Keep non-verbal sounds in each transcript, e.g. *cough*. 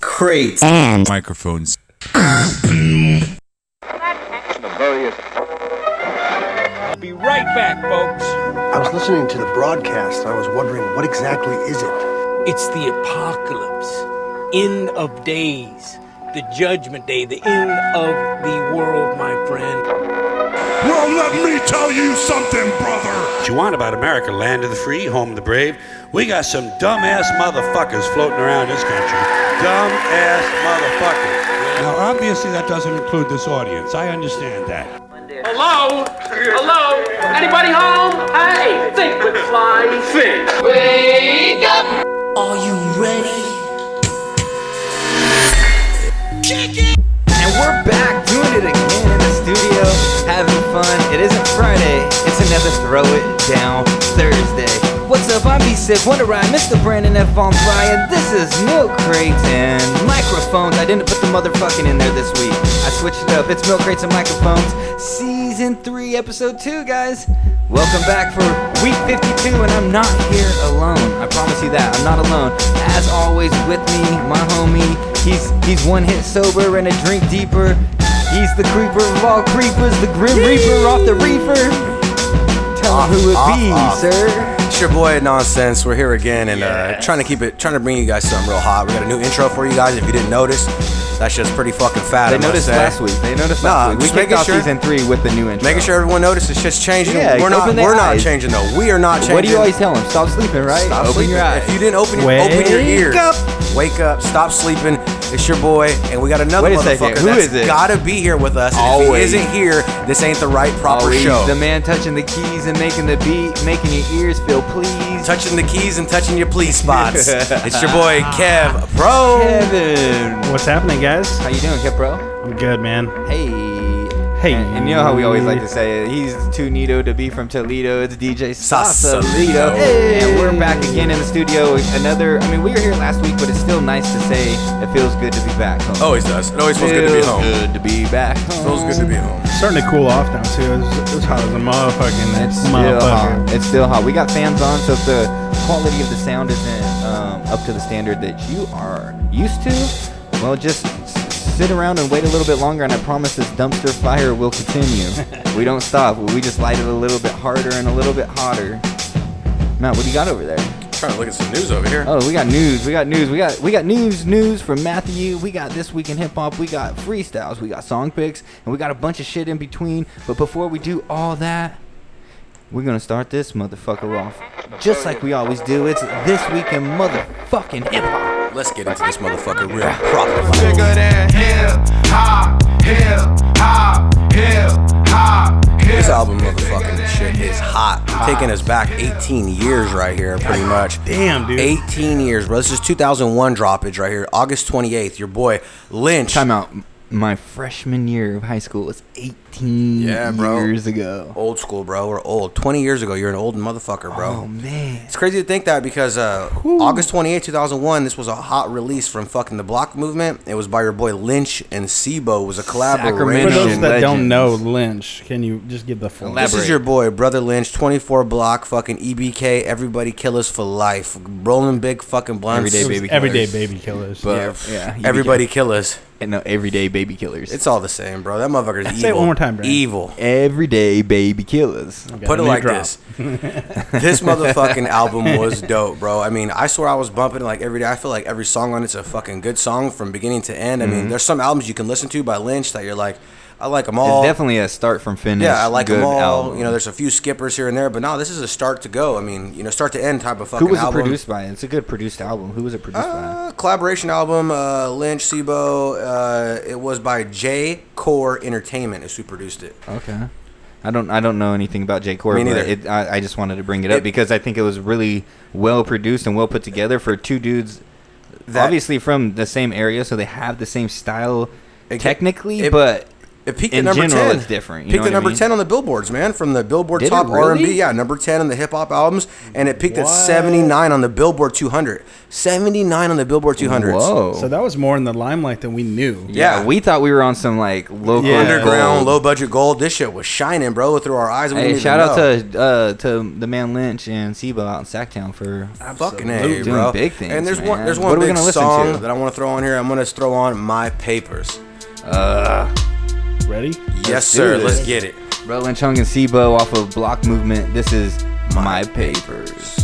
crates and microphones. Be right back, folks. I was listening to the broadcast. I was wondering what exactly is it? It's the apocalypse, end of days, the judgment day, the end of the world, my friend. Well, let me tell you something, brother. What you want about America? Land of the free, home of the brave. We got some dumbass motherfuckers floating around this country. Dumbass motherfuckers. Now, obviously, that doesn't include this audience. I understand that. Hello? Hello? Anybody home? Hey, think with flying fish. Wake up! Are you ready? and we're back doing it again in the studio having fun it isn't friday it's another throw it down thursday what's up i'm b-sick wonder ride mr brandon f on fire this is milk crates and microphones i didn't put the motherfucking in there this week i switched it up it's milk crates and microphones season 3 episode 2 guys welcome back for week 52 and i'm not here alone i promise you that i'm not alone as always with me my homie He's he's one hit sober and a drink deeper. He's the creeper of all creepers, the grim reaper off the reefer. Tell Off, him who it off, be, off. sir. It's your boy Nonsense. We're here again and uh, trying to keep it, trying to bring you guys something real hot. We got a new intro for you guys. If you didn't notice, that shit's pretty fucking fat. They I must noticed say. last week. They noticed Nah, last week. We just kicked making off sure- season three with the new intro. Making sure everyone notices shit's changing. Yeah, we're not. open their We're eyes. not changing though. We are not changing. What do you always tell him? Stop sleeping, right? Stop Open sleeping. your eyes. If you didn't open your open your Wake ears, up. wake up, stop sleeping. It's your boy, and we got another Wait a second, motherfucker who that's is it? gotta be here with us. And Always. If he isn't here, this ain't the right proper Always show. the man touching the keys and making the beat, making your ears feel pleased. touching the keys and touching your please *laughs* spots. it's your boy Kev Pro. Kevin. What's happening, guys? How you doing, Kipro? I'm good, man. Hey. Hey. And, and you know how we always like to say it. He's too Nito to be from Toledo. It's DJ Sausalito. Sausalito. And we're back again in the studio. with Another, I mean, we were here last week, but it's still nice to say it feels good to be back home. Always does. Oh, It always feels good to be Feels home. good to be back home. Feels good to be home. Starting to cool off now too. It was, it was hot as a motherfucking It's still hot. motherfucker. It's still hot. We got fans on, so if the quality of the sound isn't um, up to the standard that you are used to, well, just s- sit around and wait a little bit longer, and I promise this dumpster fire will *laughs* continue. we don't stop. We just light it a little bit harder and a little bit hotter. Matt, what do you got over there? trying to look at some news over here. Oh, we got news. We got news. We got we got news. News from Matthew. We got this week in hip hop. We got freestyles. We got song picks, and we got a bunch of shit in between. But before we do all that, we're gonna start this motherfucker off just like we always do. It's this week in motherfucking hip hop. Let's get into this motherfucker real proper. Bigger than hip hop, hip hop, hip hop, hip This album, motherfucking shit, is hot. Taking us back 18 years right here, pretty much. Damn, dude. 18 years, bro. This is 2001 droppage right here, August 28th. Your boy Lynch. Time out. My freshman year of high school was 18 Yeah, bro. years ago. Old school, bro. We're old. 20 years ago, you're an old motherfucker, bro. Oh man. It's crazy to think that because uh, August 28, 2001, this was a hot release from fucking the Block Movement. It was by your boy Lynch and Sibo. It was a For Sacramento. collaboration. those Legends. that don't know Lynch, can you just give the full? Elaborate. This is your boy, Brother Lynch, 24 Block, fucking EBK, Everybody Kill Us for Life, Rolling Big fucking Blunts. Everyday Baby Killers. Everyday baby killers. But Yeah, yeah, EBK. Everybody Kill Us. And no, everyday baby killers. It's all the same, bro. That motherfucker's evil. it one more time, bro. Evil. everyday baby killers. Got Put a it new like drop. *laughs* this. this motherfucking album was dope, bro. I mean, I swear I was bumping it like every day. I feel like every song on it's a fucking good song from beginning to end. I Mhm. mean, there's some albums you can listen to by Lynch that you're like, I like them all. It's definitely a start from finish. yeah, I like good them all. album. You know, there's a few skippers here and there, but no, this is a start to go. I mean, you know, start to end type of Who fucking was album. it produced by? It's a good produced album. Who was it produced Uh, collaboration album, uh, Lynch, Sibo. Uh, it was by J Core Entertainment, is who produced it. by? Okay. I don't I don't know anything about J. Cora, Me but neither. it, I, I just wanted to bring it up It- because I think it was really well produced and well put together for two dudes That- obviously from the same area, so they have the same style It- technically, it- but It peaked In at number general, ten. it's different, you peaked know at what I number mean? ten on the billboards, man, from the Billboard Did it Top really? R and B. Yeah, number ten on the hip hop albums, and it peaked at What? seventy nine on the Billboard 200. Seventy nine on the Billboard 200. Whoa. So that was more in the limelight than we knew. yeah, yeah. we thought we were on some like local Yeah. gold. Underground, low budget gold. This shit was shining, bro, through our eyes. We Hey, didn't shout even out know. to uh, to the man Lynch and Sibo out in Sacktown for uh, Fucking A, Doing bro. big things, and there's one, man. there's What one are we big gonna listen song to? that I want to throw on here. I'm gonna throw on my papers. Ready? yes, do sir. this. Let's get it. Bro Lynch Hung and Sibo off of Block Movement. This is my papers.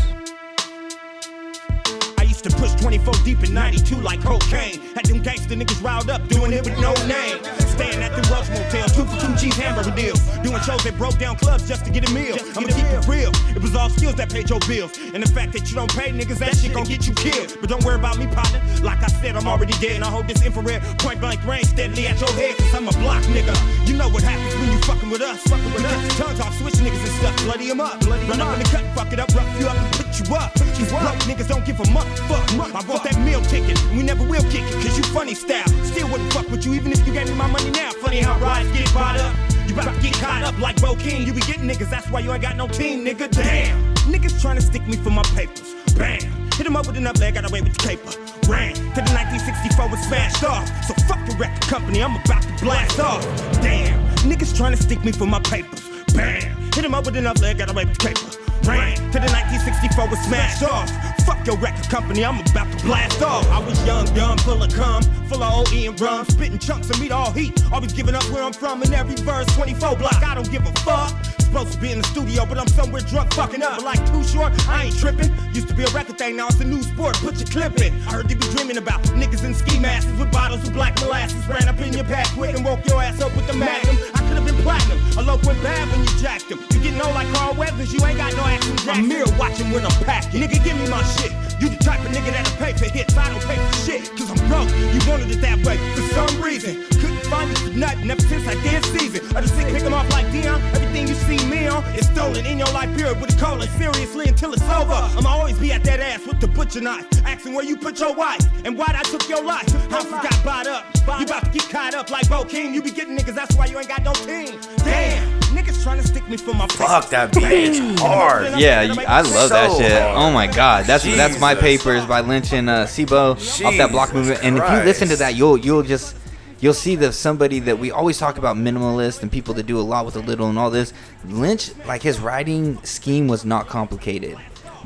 I used to push 24 deep in 92 like cocaine. Had them gangster niggas riled up, doing it with no name. Staying at the Welsh Motel, two for two cheese hamburger deals. Doing shows that broke down clubs just to get a meal. I'ma keep it real. It was all skills that paid your bills. And the fact that you don't pay niggas, that shit gon' get you killed. But don't worry about me, partner. Like I said, I'm already dead. And I hold this infrared point blank range steadily at your head. Cause I'm a block nigga. You know what happens when you fucking with us. Fucking with us. Tongues off, switch niggas and stuff. Bloody them up. Run up in the cut, fuck it up, rough you up and put you up. These broke niggas don't give a muck. Fuck. I want that meal ticket. and We never will kick it. Cause you funny style. Still wouldn't fuck with you even if you gave me my money now. Funny how rides get bought up. You about to get caught up like Bo King. You be getting niggas. That's why you ain't got no team, nigga. Damn. Niggas tryna stick me for my papers. Bam. Hit him up with another leg, got away with the paper. Ran to the 1964 was smashed off. So fuck the record company, I'm about to blast off. Damn, niggas tryna stick me for my papers. Bam, hit him up with another leg, got away with the paper. Ran to the 1964 was smashed off. Fuck your record company, I'm about to blast off. I was young, dumb, full of cum, full of OE and rum, spitting chunks of meat all heat. Always giving up where I'm from in every verse, 24 block. I don't give a fuck. Supposed to be in the studio, but I'm somewhere drunk fucking up. But like too short, I ain't tripping. Used to be a record thing, now it's a new sport. Put your clip in. I heard they be dreaming about niggas in ski masks with bottles of black molasses. Ran up in your back quick and woke your ass up with the magnum. I could have been platinum. A loaf went bad when you jacked him. You getting old like Carl Weathers, you ain't got no action jacked. I'm mirror watching when I'm packing. Nigga, give me my shit. You the type of nigga that'll pay for hits. I don't pay for shit, cause I'm broke. You wanted it that way for some reason. Couldn't find it for nothing ever since I did season. I just think pick 'em off like Dion. Everything you see me on is stolen in your life period with a colon. Seriously, until it's over. I'ma always be at that ass with the butcher knife. Asking where you put your wife and why I took your life. Houses got bought up. You about to get caught up like Bo King. You be getting niggas, that's why you ain't got no team. Damn, niggas trying to stick me for my Fuck that beat. It's hard. Yeah, you- I love that So shit. hard. Oh my god, that's that's my Jesus. papers by Lynch and uh, Sibo off that block Jesus movement. And if you Christ. listen to that, you'll you'll just you'll see that somebody that we always talk about minimalist and people that do a lot with a little and all this. Lynch, like his writing scheme was not complicated,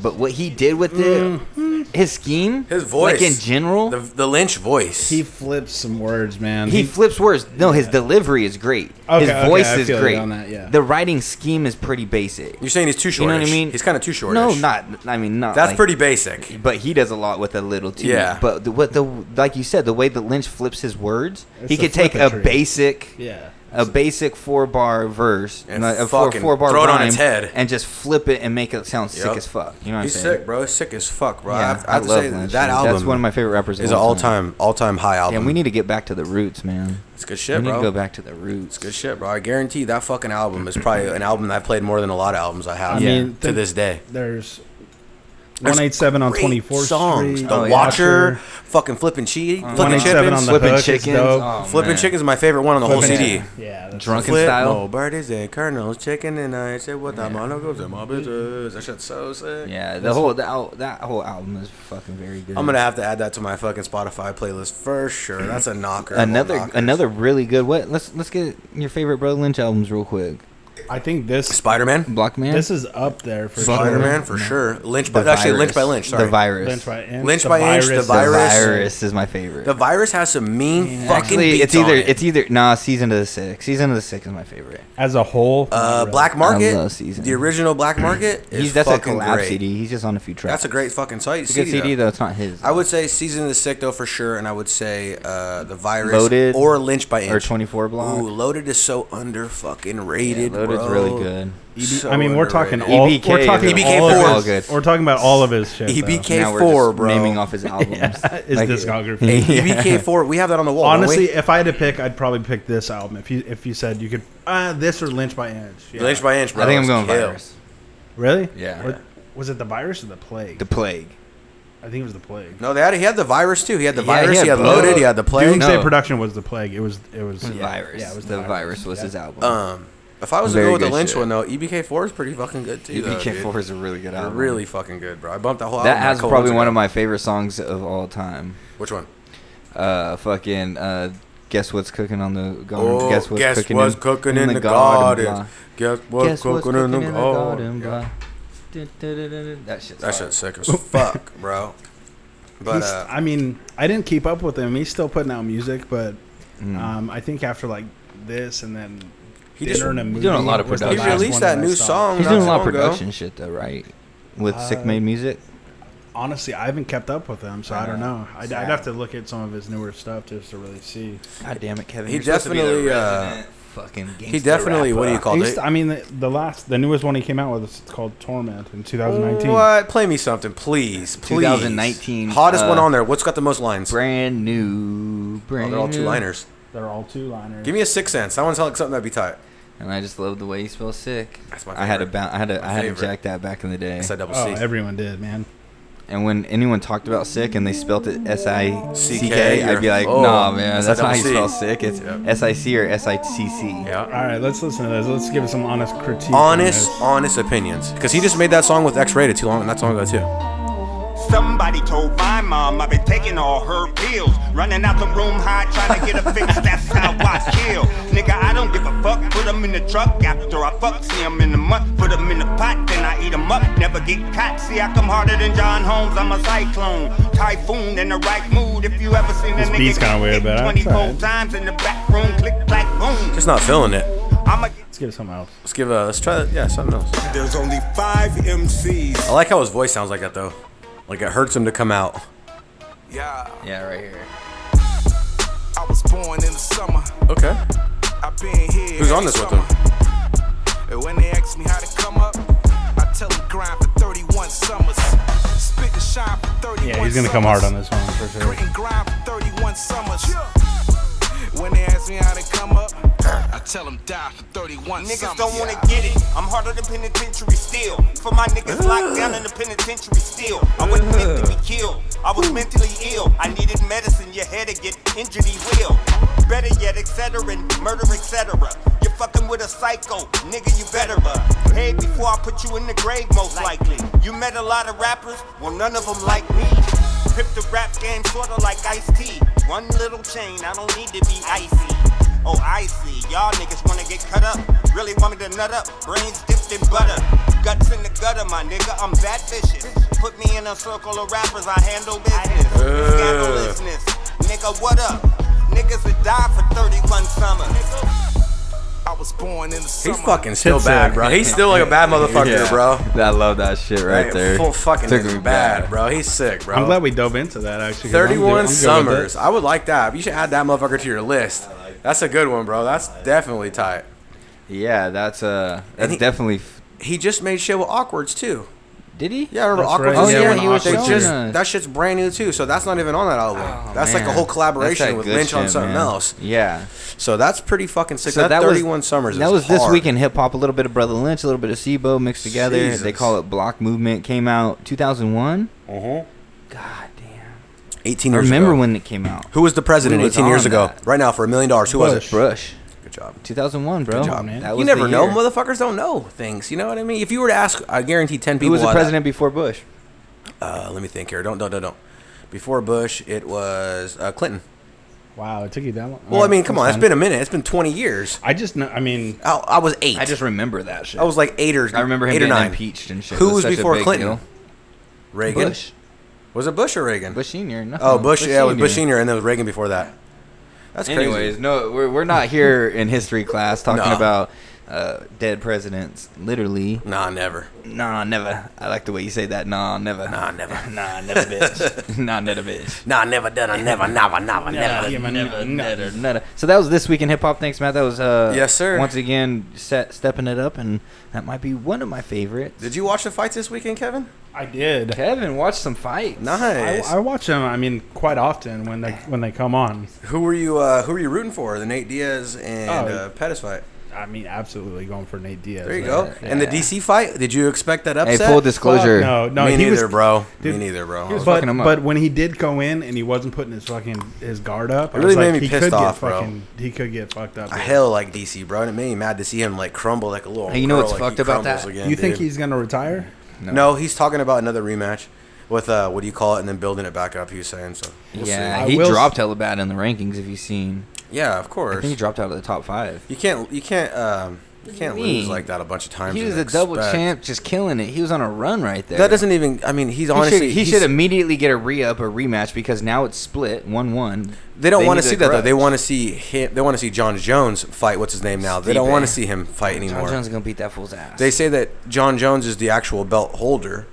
but what he did with it, his scheme, Mm-hmm. His voice. like in general, the, the Lynch voice. He flips some words, man. he flips words. No, his delivery is great. Okay, his okay, voice I is feel you great. on that, yeah. The writing scheme is pretty basic. You're saying he's too You short. know what I mean? He's kind of too short. No, not. I mean, not. That's like- pretty basic. but he does a lot with a little too. Yeah. But the, what the like you said, the way that Lynch flips his words, It's he a could take a flippantry. basic, Yeah. a basic four bar verse, And not- a four, fucking four bar throw it rhyme, on its head. and just flip it and make it sound sick Yep. as fuck. You know what He's I'm saying? sick, bro. Sick as fuck, bro. I Yeah, have, I have to say Lynch, that dude. album. That's one of my favorite rappers. of Is an all time, all time high album. Damn, we need to get back to the roots, man. It's good shit, we need bro. to go back to the roots. Good shit, bro. I guarantee that fucking album is probably an album that I've played more than a lot of albums I have I to mean, think- this day. There's There's 187 on great 24th songs. Street. The Oh, yeah. Uh, Watcher, fucking flipping cheese, flipping 187 on chickens. the Flipping hook chickens. is dope. Oh, Flipping man. chickens is my favorite one on the whole Flippin' CD. Chicken. Yeah. that's- Drunken Flip style. more birdies and kernels, chicken and I said what the mono goes in my bitches. That shit's so sick. Yeah, the whole that, al- that whole album is fucking very good. I'm gonna have to add that to my fucking Spotify playlist for sure. That's a knocker. of all another knockers. another really good. What? Let's let's get your favorite Bro Lynch albums real quick. I think this Spider-Man. Block Man. this is up there for Spider-Man for sure. Lynch by actually Lynch by Lynch. Sorry, The virus. sure. Lynch by Inch. Lynch the by Inch, virus, the is- The Virus. virus is my favorite. The virus has some mean fucking Actually, beats it's either on it. it's either nah. Season of the Six. Season of the Six is my favorite. As a whole. uh, really. Black Market. love *clears throat* Season. The original Black Market is He's that's a fucking collab great. CD. He's just on a few tracks. That's a great fucking site. It's a good CD though. though. It's not his. I would say Season of the Sick though for sure, and I would say uh, the virus Loaded or Lynch by Inch or 24 block. Ooh, Loaded is so under fucking rated. Yeah, Loaded's bro. really good. So I mean, we're talking underrated. E- EBK all. we're talking is all all of good. his, We're talking about all of his shit. E EBK Now we're K4, just bro. E- naming off *laughs* his albums. though. His *laughs* discography. EBK four. We have that on the wall. don't we? Honestly, if I had to pick, I'd probably pick this album. If you if you said you could, uh, this or Lynch by Inch. Yeah. Lynch by Inch. Bro, I think I'm is going kill. virus. Really? Yeah. Or- was it the virus or the plague? The plague. I think it was the plague. No, they had he had the virus too. He had the Yeah, he virus. had He had, both. loaded. He had the plague. Doomsday No. production was the plague. It was it was The yeah, virus. Yeah, it was the, virus, was yeah. his album. Um, if I was to Very go with the good Lynch shit. one though, EBK four is pretty fucking good too. though, EPK Four dude. is a really good album. really fucking good, bro. I bumped that whole. that album has like probably cold. one of my favorite songs of all time. Which one? Uh, fucking uh, guess what's cooking on the garden? Oh, guess what's cooking, in, in, the, garden? blah. Guess what's Guess what's cooking in the garden? garden? blah. Dun, dun, dun, dun, dun. That shit's That hard. shit's *laughs* sick as fuck, bro. But He's- uh, I mean, I didn't keep up with him. He's still putting out music, but Mm. um, I think after like this and then he dinner just and a movie, doing a lot of was the he production. last released one that I new saw. song. He's not doing a too lot of long ago. production shit though, right? With Sick Uh, Made Music. Honestly, I haven't kept up with him, so I don't know. I'd, I'd have to look at some of his newer stuff just to really see. God damn it, Kevin! He you're supposed to be the definitely, uh, resident fucking. He definitely. What do you call He's- it? I mean, the, the last, the newest one he came out with is called Torment in 2019. What? Play me something, please. please. 2019, Hottest uh, one on there. What's got the most lines? brand new, Oh, brand they're all new. two liners. They're all two liners. Give me a six cents. That one sounds like something that'd be tight. And I just love the way you spell sick. That's my I had to favorite. bounce. I had to. My I had favorite. to jack that back in the day. It's a double Oh, C. everyone did, man. And when anyone talked about sick and they spelt it S I C CK, K, I'd be you're- like, oh, Nah, man, it's a that's not how double you C. spell sick. It's Yep. S I C or S I C C. All yeah. right, let's listen to this. Let's give it some honest critique. on Honest, this. honest opinions. Because he just made that song with X Rated too long, not too long ago too. Somebody told my mom I've been taking all her pills. Running out the room high trying to get *laughs* a fix, that's how I chill. Nigga, I don't give a fuck. Put 'em in the truck after I fuck. See 'em in the mud, put 'em in the pot, then I eat 'em up. Never get caught. See, I come harder than John Holmes, I'm a cyclone. Typhoon in the right mood. If you ever seen a This nigga beat's get kinda weird, hit but that's 24 alright. times in the back room, click black boom. Just not feeling it. I'm a Let's give it something else. Let's give a. Let's try. that. Yeah, something else. There's only five MCs. I like how his voice sounds like that though. Like it hurts him to come out. Yeah, Yeah, right here. *laughs* I was born in the summer. Okay. I been here. Who's on this with him? And when they ask me how to come up, I tell them grind for 31 summers. Spit and shine for 31 Yeah, he's gonna come hard on this one for sure. Grit and grind for 31 summers. When they ask me how to come up, I tell them die for 31 Niggas summers. don't wanna get it. I'm harder than penitentiary still. For my niggas locked down in the penitentiary still. I wasn't meant to be killed. I was mentally ill. I needed medicine. Your head to get injured, he will. Better yet, etc. and Murder, etc. You're fucking with a psycho, nigga. You better uh, Hey, before I put you in the grave, most likely. You met a lot of rappers, well, none of them like me. Grip the rap game sorta like Ice T. One little chain, I don't need to be icy. Oh, I see. Y'all niggas wanna get cut up. Really want me to nut up. Brains dipped in butter. Guts in the gutter, my nigga. I'm that vicious. Put me in a circle of rappers. I handle business. Scandalousness. Nigga, what up? Niggas that die for 31 summers. I was born in the summer. He's fucking still It's bad, sick. bro. He's still like a bad motherfucker, bro. I love that shit right Hey, there. Full fucking Took is me bad, back. bro. He's sick, bro. I'm glad we dove into that actually. 'cause I'm good- I'm good 31 with Summers. it. I would like that. You should add that motherfucker to your list. That's a good one, bro. That's definitely tight. Yeah, that's uh, that's he- definitely. F- He just made shit with Awkwards, too. Did he? Yeah, I remember That's Awkwards? right. is Oh, the yeah, one he was they showing just- us. That shit's brand new, too. So that's not even on that album. that's like Oh, a Man, whole that's collaboration that with good Lynch on shit, something man. else. Yeah. So that's pretty fucking sick. So that, that was- 31 Summers is that was this hard. week in hip hop. A little bit of Brother Lynch, a little bit of SIBO mixed together. They Jesus. call it Block Movement. Came out 2001. Mm-hmm. God damn. 18 I years remember ago. when it came out. Who was the president we was 18 years on ago? that. Right now, for a million dollars. Who was Bush. it? Brush. Good job. 2001, bro. job, man. That You was never the know. year. Motherfuckers don't know things. You know what I mean? If you were to ask, I guarantee 10 people. Who was the out of- president before Bush? Uh, let me think here. Don't, don't, don't, don't. Before Bush, it was uh, Clinton. Wow, it took you that long. Well, I mean, come on. It's been a minute. It's been 20 years. I just know. I mean, I, I was eight. I just remember that shit. I was like eight or I remember him eight or getting nine. impeached and shit. It Who was was such a before big Clinton? deal. Reagan. Bush. Was it Bush or Reagan? Bush Senior. No, Oh, Bush. yeah, it was Bush Senior. Senior, and then it was Reagan before that. That's crazy. Anyways, no, we're, we're not here in history class talking No. about uh, dead presidents. Literally, Nah, never. nah, never. I like the way you say that. Nah, never. Nah, never. *laughs* nah, never, bitch. *laughs* nah, never, bitch. Nah, never done. I never, never, never, never. yeah, man, no. Never, never. So that was this week in hip hop. Thanks, Matt. That was uh, Yes, sir. Once again, set, stepping it up, and that might be one of my favorites. Did you watch the fights this weekend, Kevin? I did. Kevin watch some fights? I, Nice. I watch them. I mean, quite often when they when they come on. who were you? Uh, who were you rooting for? The Nate Diaz and Oh. uh, Pettis fight. I mean, absolutely going for Nate Diaz. There you man. go. And the Yeah. DC fight, did you expect that upset? full disclosure. No, Oh, no, Me he was- neither, bro. dude, Me neither, bro. I he was was- but, fucking him up. but when he did go in and he wasn't putting his fucking his guard up, it really made me he pissed could off, get bro. fucking, He could get fucked up. I dude. hell like DC, bro, and it made me mad to see him like crumble like a little. Hey, you know girl, what's like, fucked he about that? crumbles You Again, you think dude. he's gonna retire? no. He's talking about another rematch with uh, what do you call it, and then building it back up. He was saying so. We'll see. yeah, I he will dropped hella bad in the rankings. If you've seen, yeah, of I course. think he dropped out of the top five. You can't, you can't, um, you can't you lose mean? like that a bunch of times. He and was a double expect- champ, just killing it. He was on a run right there. That doesn't even. I mean, he's He honestly. should, he he's- should immediately get a re up or rematch because now it's split one one. They don't want need to see that though. correct. They want to see him. They want to see John Jones fight. What's his name now? They don't Stipe. want to see him fight anymore. John Jones is gonna beat that fool's ass. They say that John Jones is the actual belt holder,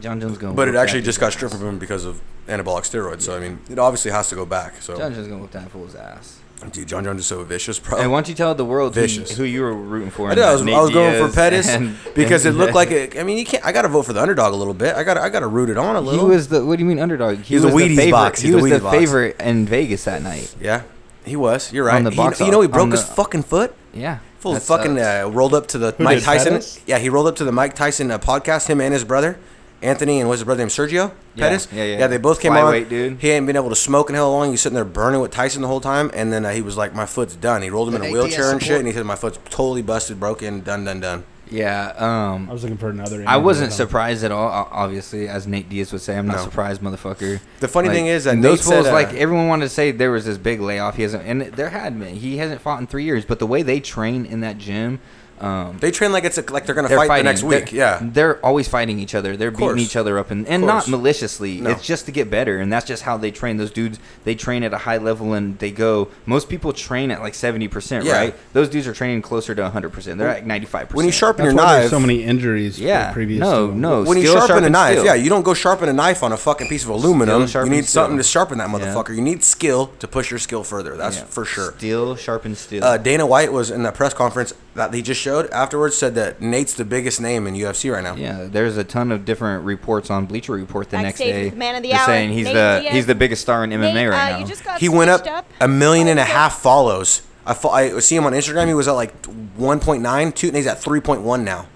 John Jones is gonna. but whoop it actually that just dude's got stripped ass. from him because of anabolic steroids. So I mean, it obviously has to go back. So John Jones is gonna whoop that fool's ass. dude, John Jones is so vicious, bro. And why don't you tell the world who, Oh. Vicious. who you were rooting for? *laughs* I, and did, I was, Nate I was going for Diaz Pettis and- *laughs* because *laughs* it looked like it. I mean, you can't. I got to vote for the underdog a little bit. I got. I got to root it on a he little. was the. What do you mean underdog? He He's a was the Wheaties favorite. box. He He's a was the Wheaties box. favorite in Vegas that night. Yeah, he was. You're right. On the He- box you know, he on broke his the- fucking foot. Yeah, Full that fucking sucks. uh, rolled up to the Who Mike did, Tyson. Pettis? Yeah, he rolled up to the Mike Tyson uh, podcast. Him and his brother Anthony and what's his brother name Sergio Yeah, Pettis. yeah, yeah. Yeah, they both came on. Flyweight dude. He ain't been able to smoke in hell long. He's sitting there burning with Tyson the whole time, and then uh, he was like, "My foot's done." He rolled him in a wheelchair and shit, and he said, "My foot's totally busted, broken, done, done, done." yeah. I Um, was looking for Oh, another. I wasn't surprised. surprised at all. o- Obviously, as Nate Diaz would say, I'm not No. surprised, motherfucker. The funny Like, thing is that and those Nate said, fools, uh, like everyone wanted to say, there was this big layoff. He hasn't, and there had been. He hasn't fought in three years. But the way they train in that gym, um, They train like it's a, like they're gonna they're fight fighting the next week. They're, yeah, they're always fighting each other. They're beating course. each other up, and, and Of not course. maliciously. No. It's just to get better, and that's just how they train. Those dudes, they train at a high level, and they go. Most people train at like seventy percent, Yeah. right? Those dudes are training closer to hundred percent. They're at ninety five percent. when you sharpen That's your why there's knife, so many injuries. yeah, for previous no, to- no. when you steel sharpen, a Oh, sharpens knife, steel. yeah, you don't go sharpen a knife on a fucking piece of aluminum. You sharpens need something to steel. sharpen that motherfucker. You need skill to push your skill further. That's Yeah. for sure. Steel sharpens steel. Uh, Dana White was in that press conference that he just showed afterwards said that Nate's the biggest name in UFC right now. yeah, there's a ton of different reports on Bleacher Report the next Backstage day. with the man of the They're hour, saying he's Nate the Diaz. he's the biggest star in MMA Nate, right uh, now. You just got He went up, switched a million and a Oh, so- half follows. I, fo- I see him on Instagram. He was at like 1.9, two, and he's at 3.1 now.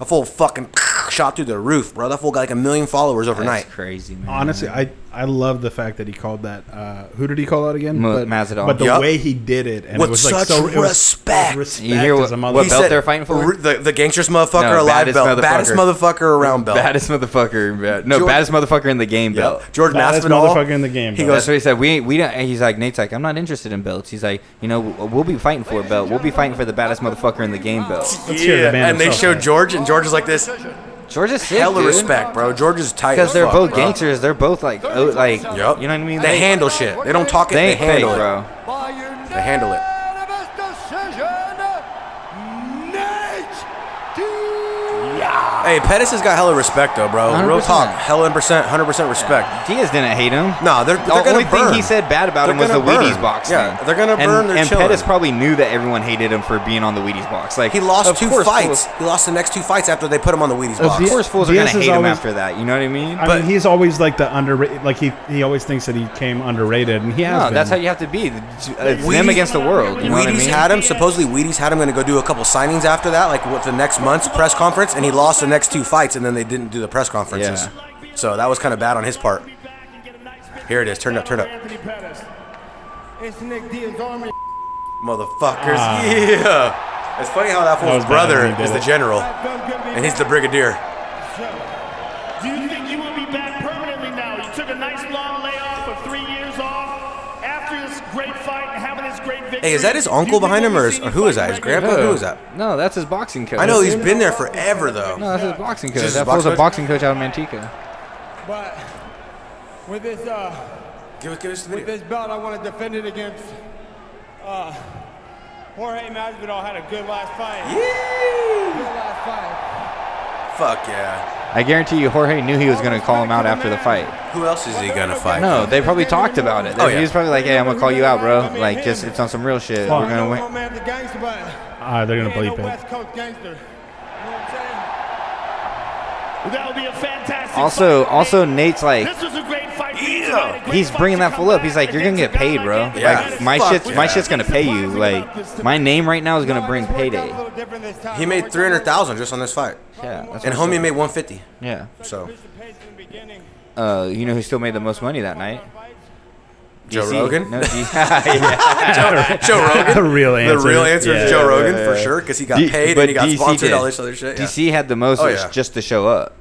A full fucking *laughs* shot through the roof, bro. That fool got like a million followers overnight. That's crazy, man. Honestly, I I love the fact that he called that. Uh, who did he call out again? Ma- but, Masvidal. But the Yup. way he did it, and With it was like such so it was- it was respect. respect You hear as a what- mother- what belt they're fighting for? r- The, the gangster's motherfucker, No, a live baddest belt. Baddest motherfucker. motherfucker around belt. Baddest motherfucker. ba- No, George- baddest motherfucker in the game Yep. belt. George Baddest Masvidal. motherfucker in the game, He bro. goes, That's what he said. We ain't, we don't. He's like Nate's like I'm not interested in belts. He's like you know we'll we'll be fighting for a belt. We'll be fighting for the baddest motherfucker in the game belt. Let's hear the man and they himself. showed George, and George is like this. George is sick, Hella dude. respect, bro. George is tight. because as they're fuck, both bro. gangsters. They're both like oh, like Yep. you know what I mean. They handle shit. They don't talk it. They They, ain't fake, handle it. bro. They handle it. Hey, Pettis has got hella respect though, bro. Real 100%. talk, hella percent, hundred percent respect. Diaz didn't hate him. No, they're, The they're only gonna thing burn. he said bad about They're him was the gonna burn. Wheaties box. Yeah, thing. they're gonna And- burn. They're and chilling. Pettis probably knew that everyone hated him for being on the Wheaties box. Like He lost of two course fights. fools- He lost the next two fights after they put him on the Wheaties box. of course, fools are Diaz gonna is hate him always- after that. You know what I mean? I mean, he's always like the underrated. Like he he always thinks that he came underrated, and he has. No, been. that's how you have to be. It's them Wheaties- against the world. You know what I Wheaties mean? had him. Supposedly, Wheaties had him going to go do a couple signings after that, like with the next month's press conference, and he lost the next two fights, and then they didn't do the press conferences. So that was kind of bad on his part. Here it is. Turn up. Turn up. Motherfuckers. Yeah. It's funny how that That fool's was bad brother when he did is the it. general, and he's the brigadier. Do you think you will be back permanently now? You took a nice long layoff of three years off after this great fight and having this great victory. Hey, is that his uncle behind him, or, is, or who is that? His grandpa? Who is that? No, that's his boxing coach. I know he's been there forever though. No, that's his boxing coach. Just his that was a boxing coach? boxing coach out of Manteca. But with this, uh, Give us, give us the with video. this belt, I want to defend it against. Uh, Jorge Masvidal had a good last fight. Good last fight. Fuck yeah. I guarantee you, Jorge knew he was going to call him out after the fight. Who else is he gonna fight? No, they probably talked about it. Oh, yeah. He was probably like, "Hey, I'm gonna call you out, bro. Like, just it's on some real shit. We're gonna No win." Oh, man, the gangster, but Ah, they're he gonna ain't no bleep it. West Coast gangster. You know what I'm saying? That'll be a fantastic. Also, also Nate's like, This was a great fight. for you tonight. A great he's fight bringing to that full up. He's like, you're gonna get paid, bro. Yeah. Like my Fuck shit's my yeah. shit's gonna pay you. Like my name right now is gonna bring payday. He made three hundred thousand just on this fight. Yeah. that's what and I'm homie saying. made one fifty. Yeah. So Uh, you know who still made the most money that night? Joe DC. Rogan? No, D- *laughs* yeah. Joe, *laughs* Joe *laughs* Rogan. *laughs* The real answer. The real answer Yeah, is Joe Rogan yeah, for yeah. sure because he got D- paid but and he got DC sponsored did. all this other shit. yeah. DC had the most Oh, yeah. just to show up.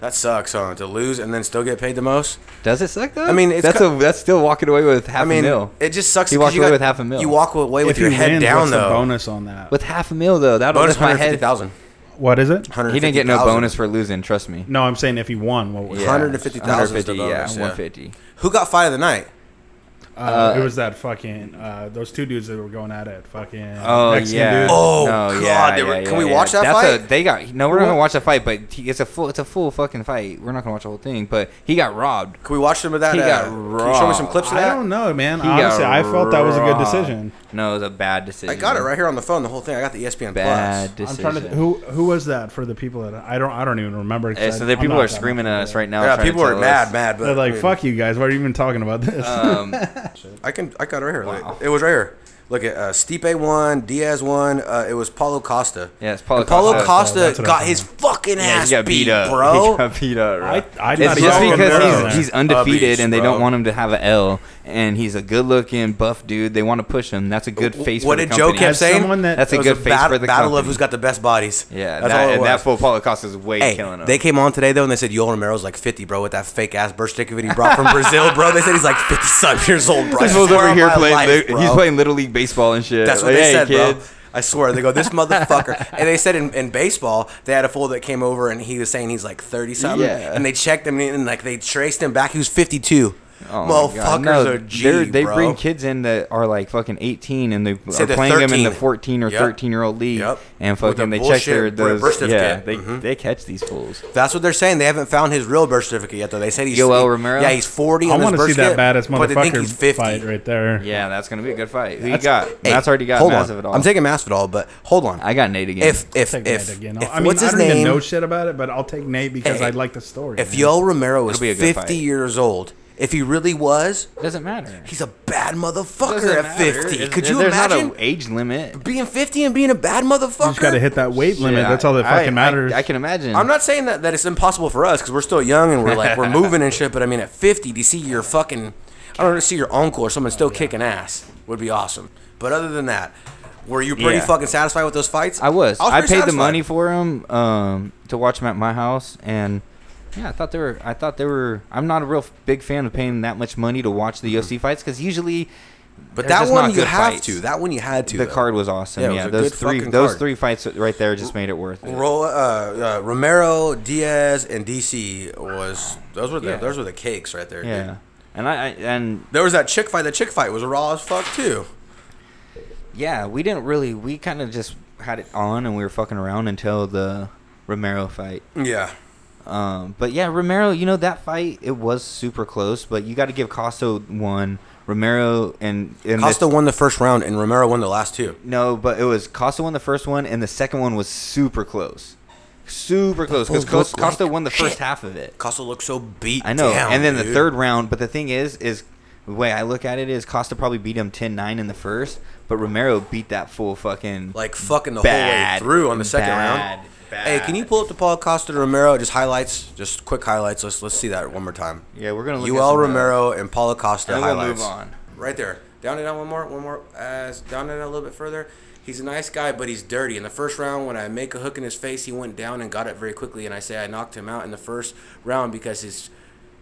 That sucks, huh? To lose and then still get paid the most. Does it suck though? I mean, it's that's co- a that's still walking away with half I mean, a mil. it just sucks. He 'cause walked you away got- with half a mil. You walk away with If your you head win, down what's the though. bonus on that? with half a mil though, that'll Bonus lift my one hundred fifty head. thousand. What is it? He didn't get no bonus for losing. Trust me. No, I'm saying if he won, what was Yeah. it? 150,000 is the 150, bonus, Yeah, yeah. one fifty. Who got fight of the night? Uh, it was that fucking uh, those two dudes that were going at it. Fucking Oh Mexican yeah. dude. Oh, God, they were- can we watch that That's fight? A, they got no. We're not gonna watch the fight, but he, it's a full. It's a full fucking fight. We're not gonna watch the whole thing, but he got robbed. Can we watch some of that? He uh, got Can you show me some clips of I that? don't know, man. He Honestly, got I felt that was a good robbed. decision. No, it was a bad decision. I got it right here on the phone. The whole thing. I got the E ESPN Bad Plus. decision. I'm trying to. Who who was that for the people that I don't I don't even remember. 'cause Hey, I- Eh, so there I'm people not are that screaming much at of us a- right now. Yeah, trying to people are tell mad, us. mad, but They're like, I mean, "Fuck you guys! Why are you even talking about this?" I can. I got it right here. Look, It was right here. Look at uh, Stipe won, Diaz won. Uh, it was Paulo Costa. Yeah, it's Paulo And Paulo Costa. Costa That's what I got thought. his fucking Yeah, ass he got beat, up, *laughs* bro. He got beat up. bro. I- I'm it's not just even going because there. he's, he's undefeated Puppies, and they bro. don't want him to have an L, and he's a good-looking, buff dude. They want to push him. That's a good face. what for did the Joe company. kept saying? someone that- That's It a was good face bat- for the battle company. of who's got the best bodies. Yeah, that's that, all it and was. that full Paulo Costa is way killing Hey, him. they came on today though, and they said Yoel Romero's like 50, bro, with that fake ass birth certificate he brought from Brazil, bro. They said he's like 50 some years old, bro. I This fool's swear over on here my playing. life, li- bro. he's playing little league baseball and shit. That's what Like, they hey, said, kids. bro. I swear, they go this *laughs* motherfucker, and they said in, in baseball they had a fool that came over and he was saying he's like thirty something, Yeah. and they checked him and like they traced him back. He was fifty two. Oh my Motherfuckers God. No, are G, they're- They bro. bring kids in that are like fucking 18 and they Say are they're playing them in the 13. 14 or Yep. 13 year old league. Yep. And With fucking the they check their bullshit birth those. Yeah, certificate. they, Mhm. they catch these fools. That's what they're saying. They haven't found his real birth certificate yet, though. They said he's Yoel Romero? Yeah, he's forty. I want to see that badass but they think he's motherfucker 50. fight right there. Yeah, that's going to be a good fight. Who you That's- got? Hey, That's already got hold on. Massive at all. I'm taking Masvidal, but hold on. I got Nate again. if if Take if, Nate if, again. I mean, what's I his don't name? even know shit about it, but I'll take Nate because Hey, I like the story. if man. Yoel Romero was It'll be a good fifty fight. years old, if he really was, doesn't matter. He's a bad Doesn't motherfucker at matter. 50. It's- Could you there's imagine not an age limit? being 50 and being a bad motherfucker? you just got to hit that weight limit. Yeah, That's all that I- fucking I- matters. I, can imagine. I'm not saying that, that it's impossible for us because we're still young and we're *laughs* like we're moving and shit. But I mean, at 50, to see your fucking, I don't know, to see your uncle or someone still kicking ass would be awesome. But other than that, were you pretty Yeah. fucking satisfied with those fights? I was. I, paid pretty the satisfied. money for them um, to watch them at my house, and yeah, I thought they were. I thought they were. I'm not a real f- big fan of paying that much money to watch the UFC fights because usually, Mm-hmm. but they're that just not one you good have fights. to. That one you had to. the though. card was awesome. Yeah, Yeah, it was a those good three. fucking Those card. three fights right there just made it worth it. Ro- uh, uh, Romero, Diaz, and DC was those were the Yeah. those were the cakes right there. dude. Yeah, and I, I and There was that chick fight. That chick fight was raw as fuck too. yeah, we didn't really. We kind of just had it on and we were fucking around until the Romero fight. Yeah. Um, but yeah, Romero, you know that fight it was super close, but you got to give Costa one. Romero and, and Costa it's- won the first round and Romero won the last two. No, but it was Costa won the first one, and the second one was super close, super close because fool Costa, looked like won the first shit. half of it. Costa looked so beat. I know, down, and then the dude. third round. But the thing is, is the way I look at it is Costa probably beat him 10-9 in the first, but Romero beat that full fucking like fucking the Bad. whole way through on the second Bad. Bad. round. Hey, can you pull up the Paul Costa to Romero? Just highlights, just quick highlights. Let's let's see that one more time. Yeah, we're gonna look at UL some Romero and Paulo Costa And then we'll highlights. move on. Right there. Down and down one more, one more. As down and down a little bit further. He's a nice guy, but he's dirty. In the first round, when I make a hook in his face, he went down and got it very quickly. And I say I knocked him out in the first round because his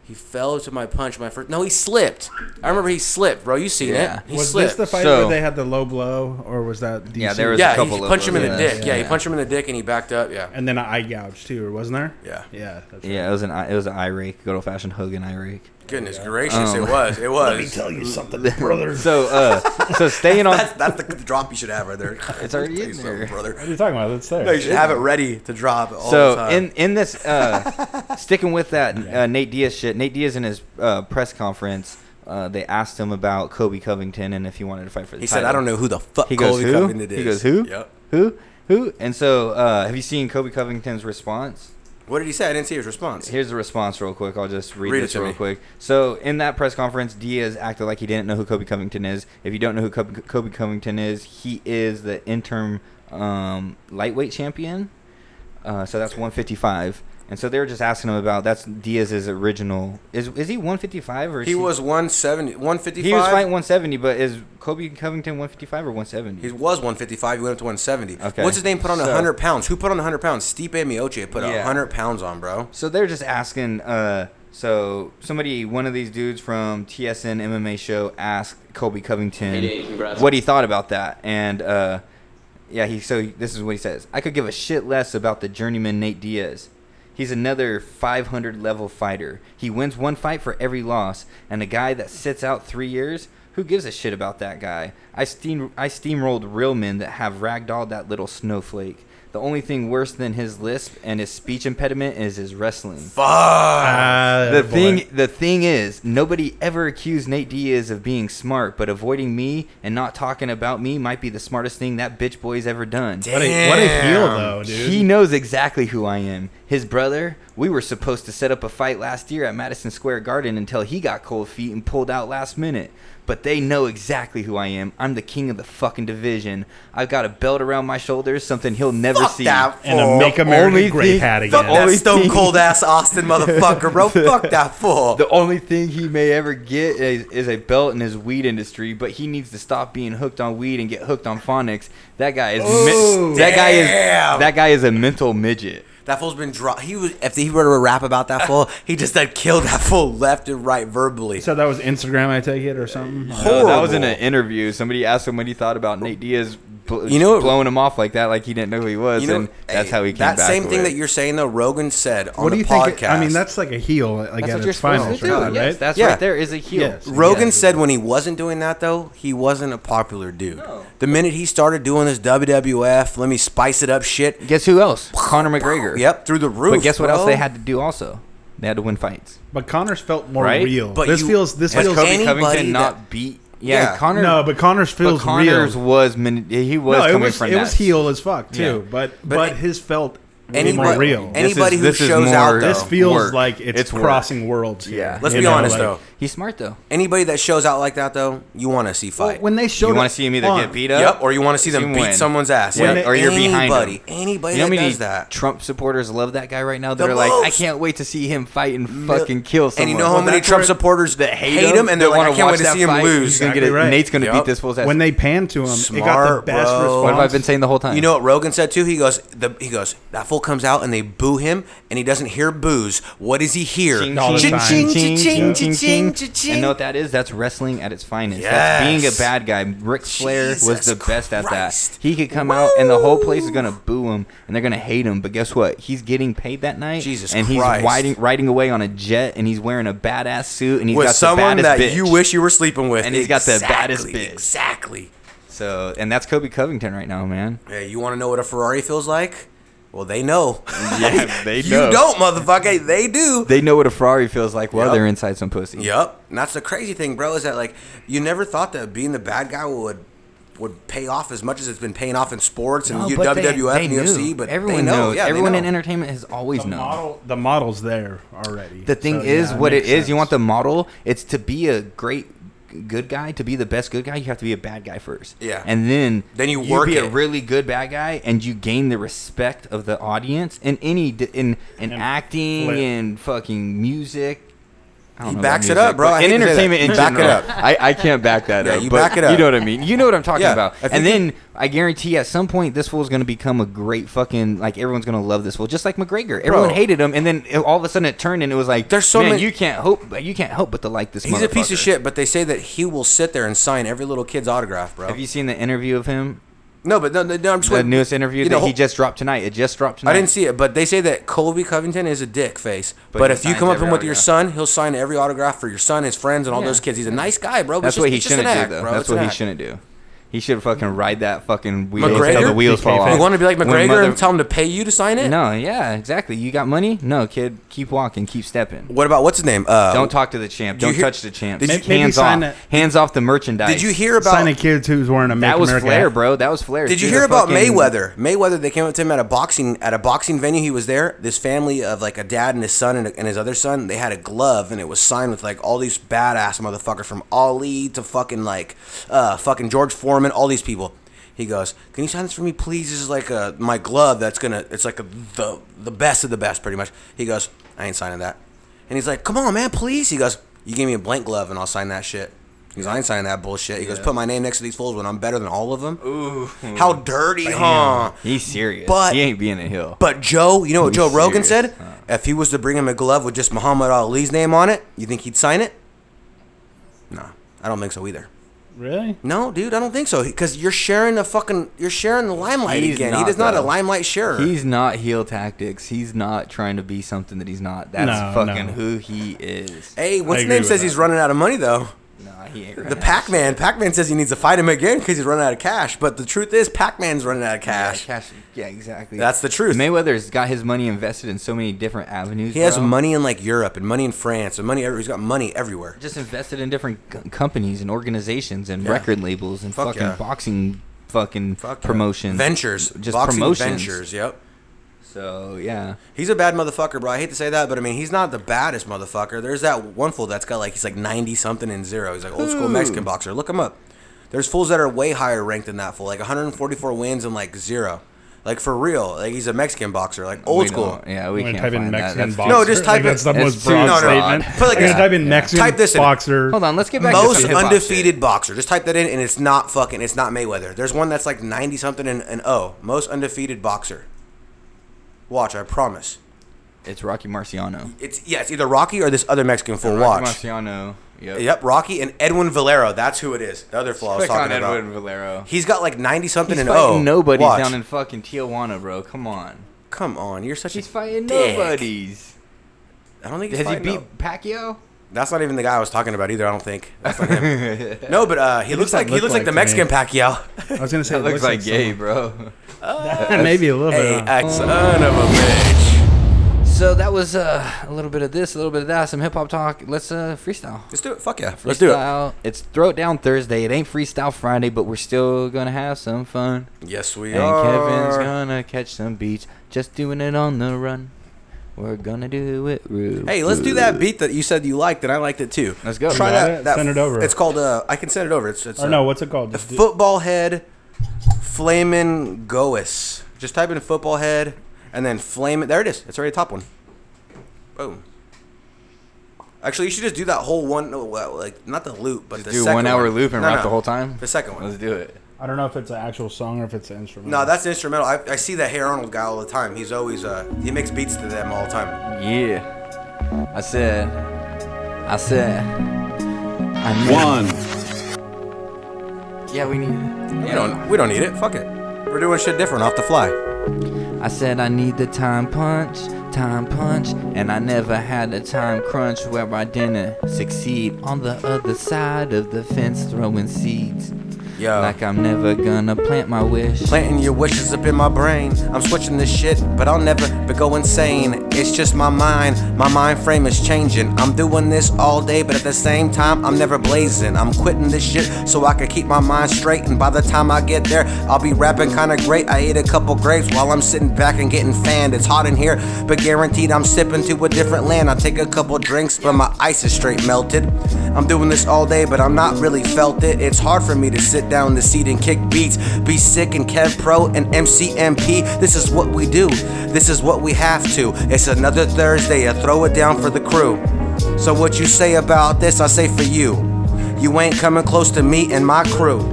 he fell to my punch. My first no, he slipped. I remember he slipped, bro. You seen Yeah. it? He was slipped. this the fight So- where they had the low blow, or was that DC? Yeah, there was- a yeah, couple he of punched him in those. the Yeah, dick. Yeah, he yeah. punched him in the dick and he backed up. Yeah. and then an eye gouge too, or wasn't there? Yeah. yeah. That's Yeah, it was an eye- it was an eye rake, good old fashioned hug and eye rake. Goodness gracious, it was. It was. you something, brother. So, *laughs* uh, so staying on. that's that's the, the drop you should have right there. It's already Tell in there. you something, brother. *laughs* What are you talking about? That's there. No, you should have it ready to drop all the So time. in in this *laughs* uh, sticking with that uh, Nate Diaz shit, Nate Diaz in his uh, press conference, uh, they asked him about Kobe Covington and if he wanted to fight for the he title. said, "I don't know who the fuck He goes Colby who? Covington is." He goes who? Yep. Who? Who? And so uh, have you seen Kobe Covington's response? What did he say? I didn't see his response. Here's the response, real quick. I'll just read, Read it this to real me. quick. So, in that press conference, Diaz acted like he didn't know who Kobe Covington is. If you don't know who Kobe, Kobe Covington is, he is the interim um, lightweight champion. Uh, so that's 155. And so they were just asking him about that's Diaz's original. Is is he 155 or is He was 170, 155. He was fighting 170, but is Kobe Covington 155 or 170? He was 155. He went up to 170. Okay. What's his name? Put on So- 100 pounds. Who put on 100 pounds? Stipe Miocic put Yeah. 100 pounds on, bro. So they're just asking. Uh, so somebody, one of these dudes from TSN MMA show, asked Kobe Covington Hey, Dave, congrats. what he thought about that, and uh, yeah, he. So this is what he says: I could give a shit less about the journeyman Nate Diaz. He's another 500 level fighter. He wins one fight for every loss, and a guy that sits out three years. Who gives a shit about that guy? I steam I steamrolled real men that have ragdolled that little snowflake. The only thing worse than his lisp and his speech impediment is his wrestling. Fuck. Ah, the boy. thing the thing is, nobody ever accused Nate Diaz of being smart, but avoiding me and not talking about me might be the smartest thing that bitch boy's ever done. What a- what a heel, though, dude. He knows exactly who I am. His brother, we were supposed to set up a fight last year at Madison Square Garden until he got cold feet and pulled out last minute. But they know exactly who I am. I'm the king of the fucking division. I've got a belt around my shoulders, something he'll never Fuck see. that And a fool. Make America Great hat again. Fuck that Stone Cold ass Austin motherfucker, bro. Fuck that fool. The only thing he may ever get is, is a belt in his weed industry, but he needs to stop being hooked on weed and get hooked on phonics. That guy is Oh, mi- that guy is damn. that guy is a mental midget. That fool's been dropped. He was if he were to rap about that fool, he just had killed that fool left and right verbally. So that was Instagram, I take it, or something. No, that was in an interview. Somebody asked him what he thought about Nate Diaz. Bl- You know what- blowing him off like that, like he didn't know who he was, You know- and that's how he came that back. same with. thing that you're saying though, Rogan said on What do the you podcast. think? I mean, that's like a heel, like at its finals, right? yes, that's right there is a heel. Yes, Rogan exactly. said when he wasn't doing that though, he wasn't a popular dude. The minute he started doing this WWF, let me spice it up shit. Guess who else? Conor McGregor. Yep, through the roof. But guess what else bro. they had to do? Also, they had to win fights. But Connors felt more Right? real. But this you- feels this Has feels Kobe Anybody Covington not that- beat- Yeah, Yeah. Connor- No, but Connors but feels Connors real. was min- he was no, it coming was from it that. was heel as fuck too. Yeah. But But but it- his felt Any- any more real. This is- this is more, this though, feels work. like it's, It's work. crossing worlds. Here, Let's you be know, honest like- though. He's smart though. Anybody that shows out like that though, you want to see fight. when they showed You want up to see him either on- get beat up, Yep, or you wanna see them beat win. someone's ass. Yeah, When or you're behind anybody- him. anybody you know how that many does that. Trump supporters love that guy right now. The They're like, I most. can't wait to see him fight and fucking kill And someone. you know how many Trump supporters that hate, him, and they're like, want I can't wait to see him lose. He's gonna get it. Nate's gonna beat this fool's ass. When they pan to him, it got the Smart, best bro. response. what have I been saying the whole time? You know what Rogan said too? He goes, the, he goes, that fool comes out and they boo him, and he doesn't hear boos. What does he hear? Ching, All the ching, time. ching, ching, ching, ching, ching, ching. ching. And know what that is? That's wrestling at its finest. That's being a Yes. bad guy. Ric Flair was Jesus the best at that. Christ. He could come out and the whole place is gonna boo him and they're gonna hate him. But guess what? He's getting paid that night. Jesus and he's Christ. riding riding away on a jet and he's wearing a badass suit and he's With got someone the baddest that bitch. you wish you were sleeping with, and he's got the baddest Exactly, bitch. Exactly. So and that's Kobe Covington right now, *laughs* man. Yeah, you want to know what a Ferrari feels like? Well, they know. *laughs* Yeah, they You don't, motherfucker. They do. They know what a Ferrari feels like while Yep. they're inside some pussy. Yep. And that's the crazy thing, bro, is that like you never thought that being the bad guy would would pay off as much as it's been paying off in sports and No, U- Oh, but they- WWF they and knew. UFC, but everyone they know. knows. Yeah, they everyone know. in entertainment has always The known. model, the model's there already. The thing So, is, yeah, what it makes is, you want the model. It's to be a great g- good guy, to be the best good guy, you have to be a bad guy first. Yeah. and then Then you work be a it. really good bad guy, and you gain the respect of the audience in any d- in in acting flip. and fucking music. I don't He know about backs it up, music, bro. but I In hate to say that. entertainment, in Back it general, up. I, I can't back that Yeah, up. you but back it up. You know what I mean. You know what I'm talking Yeah, about. if And you then I guarantee at some point this fool's going to become a great fucking like everyone's going to love this fool, just like McGregor. Everyone hated him, and then it- all of a sudden it turned and it was like There's so "Man, many- You can't hope. You can't help but to like this. He's a piece of motherfucker." shit, but they say that he will sit there and sign every little kid's autograph, bro. Have you seen the interview of him? no, but no, no, no I'm just The waiting- newest interview you that know, he just dropped tonight. It just dropped tonight. I didn't see it, but they say that Colby Covington is a dick face. But But, he if you signs come up every him with your autograph. son, he'll sign every autograph for your son, his friends, and all Yeah. those kids. He's a nice guy, bro. but That's it's just- what he it's just an shouldn't do, act, though. bro. That's It's what an he act. shouldn't do. He should fucking ride that fucking wheel till the McGregor? wheels fall off. You want to be like When McGregor mother- and tell him to pay you to sign it? No, yeah, exactly. You got money? No, kid. Keep walking. Keep stepping. What about what's his name? Uh, Don't talk to the champ. did you Don't hear- touch the champ. did you- hands Maybe off. sign it. Hands off the merchandise. Did you hear about Sign a kid who's wearing a Make That was America Flair, hat. bro. That was Flair. Did you Through hear the about fucking- Mayweather? Mayweather, they came up to him at a boxing at a boxing venue. He was there. This family of like a dad and his son and, and his other son. They had a glove and it was signed with like all these badass motherfuckers from Ali to fucking like uh, fucking George Foreman. All these people. He goes, "Can you sign this for me, please? This is like a my glove. That's gonna. It's like a, the the best of the best, pretty much." He goes, "I ain't signing that." And he's like, "Come on, man, please." He goes, "You gave me a blank glove and I'll sign that shit." He goes, "I ain't signing that bullshit." He goes, Yeah. "Put my name next to these fools when I'm better than all of them." Ooh. How dirty, Damn. huh? He's serious. But- he ain't being a hill. But Joe, you know what He's Joe Rogan serious, said? If he was to bring him a glove with just Muhammad Ali's name on it, you think he'd sign it? No, I don't think so either. Really? No, dude, I don't think so. Because you're sharing the fucking, you're sharing the limelight He's again. he does not a though. limelight sharer. He's not heel tactics. He's not trying to be something that he's not. That's No, fucking no. who he is. hey, what's his name says he's running out of money though? Nah, he ain't The Pac Man. Pac Man says he needs to fight him again because he's running out of cash. But the truth is, Pac Man's running out of cash. cash. Yeah, exactly. That's the truth. Mayweather's got his money invested in so many different avenues. He has bro. money in like Europe and money in France and money. everywhere. He's got money everywhere. Just invested in different c- companies and organizations and Yeah. record labels and Fuck fucking yeah. boxing fucking yeah. promotions. Ventures. Just Boxing promotions. ventures, yep. So, yeah. He's a bad motherfucker, bro. I hate to say that, but I mean, he's not the baddest motherfucker. There's that one fool that's got like he's like 90 something and zero. He's like old school Who? Mexican boxer. Look him up. There's fools that are way higher ranked than that fool, like 144 wins and like zero. Like for real, like he's a Mexican boxer, like old We school. don't- yeah, we I'm gonna can't type in find Mexican that. That's boxer. No, just Like, type in. that's the most It's broad too- statement. Put like I'm gonna a- type in Mexican type this in. boxer. Hold on, let's get back to most some hip-hop undefeated boxer. Just type that in, and it's not fucking. It's not Mayweather. There's one that's like 90 something and, and oh, most undefeated boxer. Watch, I promise. It's Rocky Marciano. It's yeah, it's either Rocky or this other Mexican fool. Rocky Watch. Marciano. Yep. Yep, Rocky and Edwin Valero. That's who it is. The other flaw I was Click on talking about. Edwin Valero. He's got like ninety something He's and fighting oh, nobody's watch. down in fucking Tijuana, bro. Come on. Come on, you're such He's a. fighting dick. nobody's. I don't think he's Has he fighting beat no- Pacquiao? That's not even the guy I was talking about either. I *laughs* don't think. That's not him. no, but uh, he, looks that like he look looks like, like the to Mexican me? Pacquiao. I was gonna say That it looks, like, gay, someone- *laughs* bro. Maybe a little hey, bit. huh? a son of a bitch. So that was uh, a little bit of this, a little bit of that, some hip hop talk. Let's uh, freestyle. Let's do it. Fuck yeah, let's do it. Freestyle. It's Throw It Down Thursday. It ain't Freestyle Friday, but we're still gonna have some fun. Yes, we and Kevin's are. gonna catch some beats, just doing it on the run. We're gonna do it rude. Hey, let's do that beat that you said you liked, and I liked it too. Let's go. Try You got that. it? that- Send it over. It's called. Uh, I can send it over. It's. it's Or uh, no, what's it called? The Just do- football head, flamin' gois. Just type in football head and then flame. There it is. It's already the top one. Boom. Actually, you should just do that whole one. no, well, Like not the loop, but Just the do second one hour loop and No, rap no, the whole time. The second one. Let's do it. I don't know if it's an actual song or if it's an instrument. No, that's instrumental. I, I see that Hey Arnold guy all the time. He's always uh he makes beats to them all the time. Yeah. I said. I said. I need- One. Yeah, we need. We don't we don't need it. Fuck it. We're doing shit different off the fly. I said I need the time punch, time punch, and I never had a time crunch where I didn't succeed on the other side of the fence throwing seeds. Yo. Like I'm never gonna plant my wish. Planting your wishes up in my brain. I'm switching this shit, but I'll never but go insane. It's just my mind, my mind frame is changing. I'm doing this all day, but at the same time, I'm never blazing. I'm quitting this shit so I can keep my mind straight. And by the time I get there, I'll be rapping kinda great. I ate a couple grapes while I'm sitting back and getting fanned. It's hot in here, but guaranteed I'm sipping to a different land. I take a couple drinks, but my ice is straight melted. I'm doing this all day, but I'm not really felt it. It's hard for me to sit down in the seat and kick beats. Be sick and Kev Pro and MCMP. This is what we do. This is what we have to. It's another Thursday. I throw it down for the crew. So what you say about this, I say for you. You ain't coming close to me and my crew.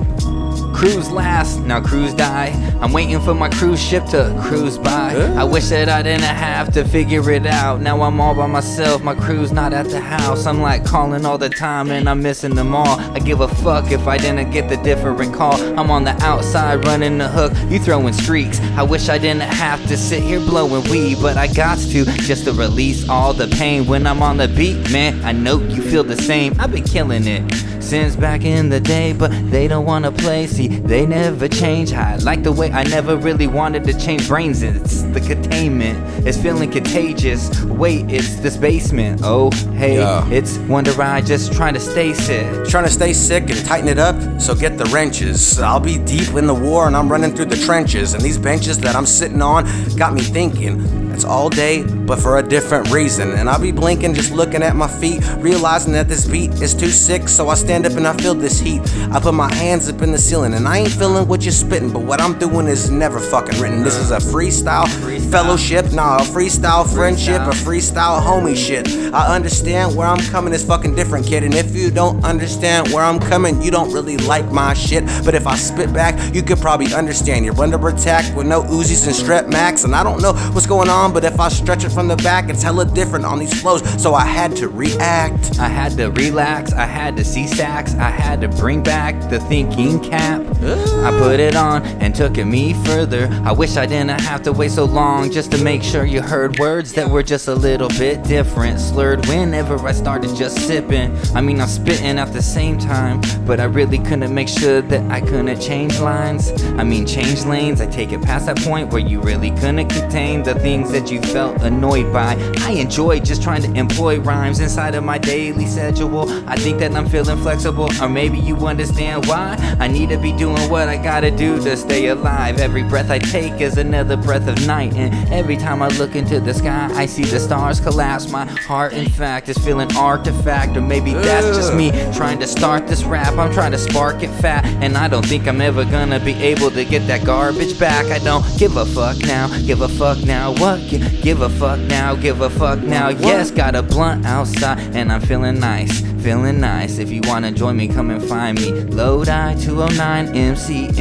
Crews last, now crews die. I'm waiting for my cruise ship to cruise by. I wish that I didn't have to figure it out. Now I'm all by myself, my crew's not at the house. I'm like calling all the time and I'm missing them all. I give a fuck if I didn't get the different call. I'm on the outside running the hook, you throwing streaks. I wish I didn't have to sit here blowing weed, but I got to just to release all the pain. When I'm on the beat, man, I know you feel the same. I've been killing it. since back in the day, but they don't wanna play. See, they never change. I like the way I never really wanted to change brains. It's the containment, it's feeling contagious. Wait, it's this basement. Oh, hey, Yeah. it's Wonder I just trying to stay sick. Trying to stay sick and tighten it up, so get the wrenches. I'll be deep in the war and I'm running through the trenches. And these benches that I'm sitting on got me thinking. That's all day, but for a different reason. And I'll be blinking, just looking at my feet, realizing that this beat is too sick. So I stand up and I feel this heat. I put my hands up in the ceiling, and I ain't feeling what you're spitting. But what I'm doing is never fucking written. This is a freestyle, fellowship, nah, a freestyle friendship, a freestyle homie shit. I understand where I'm coming is fucking different, kid. And if you don't understand where I'm coming, you don't really like my shit. But if I spit back, you could probably understand. You're under attack with no Uzis and strep max. And I don't know what's going on, but if I stretch it from the back, it's hella different on these flows. So I had to react. I had to relax, I had to see sacks, I had to bring back the thinking cap. I put it on and took it me further. I wish I didn't have to wait so long just to make sure you heard words that were just a little bit different. Slurred whenever I started just sipping. I mean, I'm spitting at the same time, but I really couldn't make sure that I couldn't change lines. I mean, change lanes, I take it past that point where you really couldn't contain the things that you felt annoyed by. I enjoy just trying to employ rhymes inside of my daily schedule. I think that I'm feeling flexible, or maybe you understand why. I need to be doing what I gotta do to stay alive. Every breath I take is another breath of night, and every time I look into the sky, I see the stars collapse. My heart, in fact, is feeling artifact, or maybe that's just me trying to start this rap. I'm trying to spark it fat, and I don't think I'm ever gonna be able to get that garbage back. I don't give a fuck now, give a fuck now, what? Gi- Give a fuck now, give a fuck now. Yes, got a blunt outside, and I'm feeling nice, feeling nice. If you wanna join me, come and find me. Lodi 209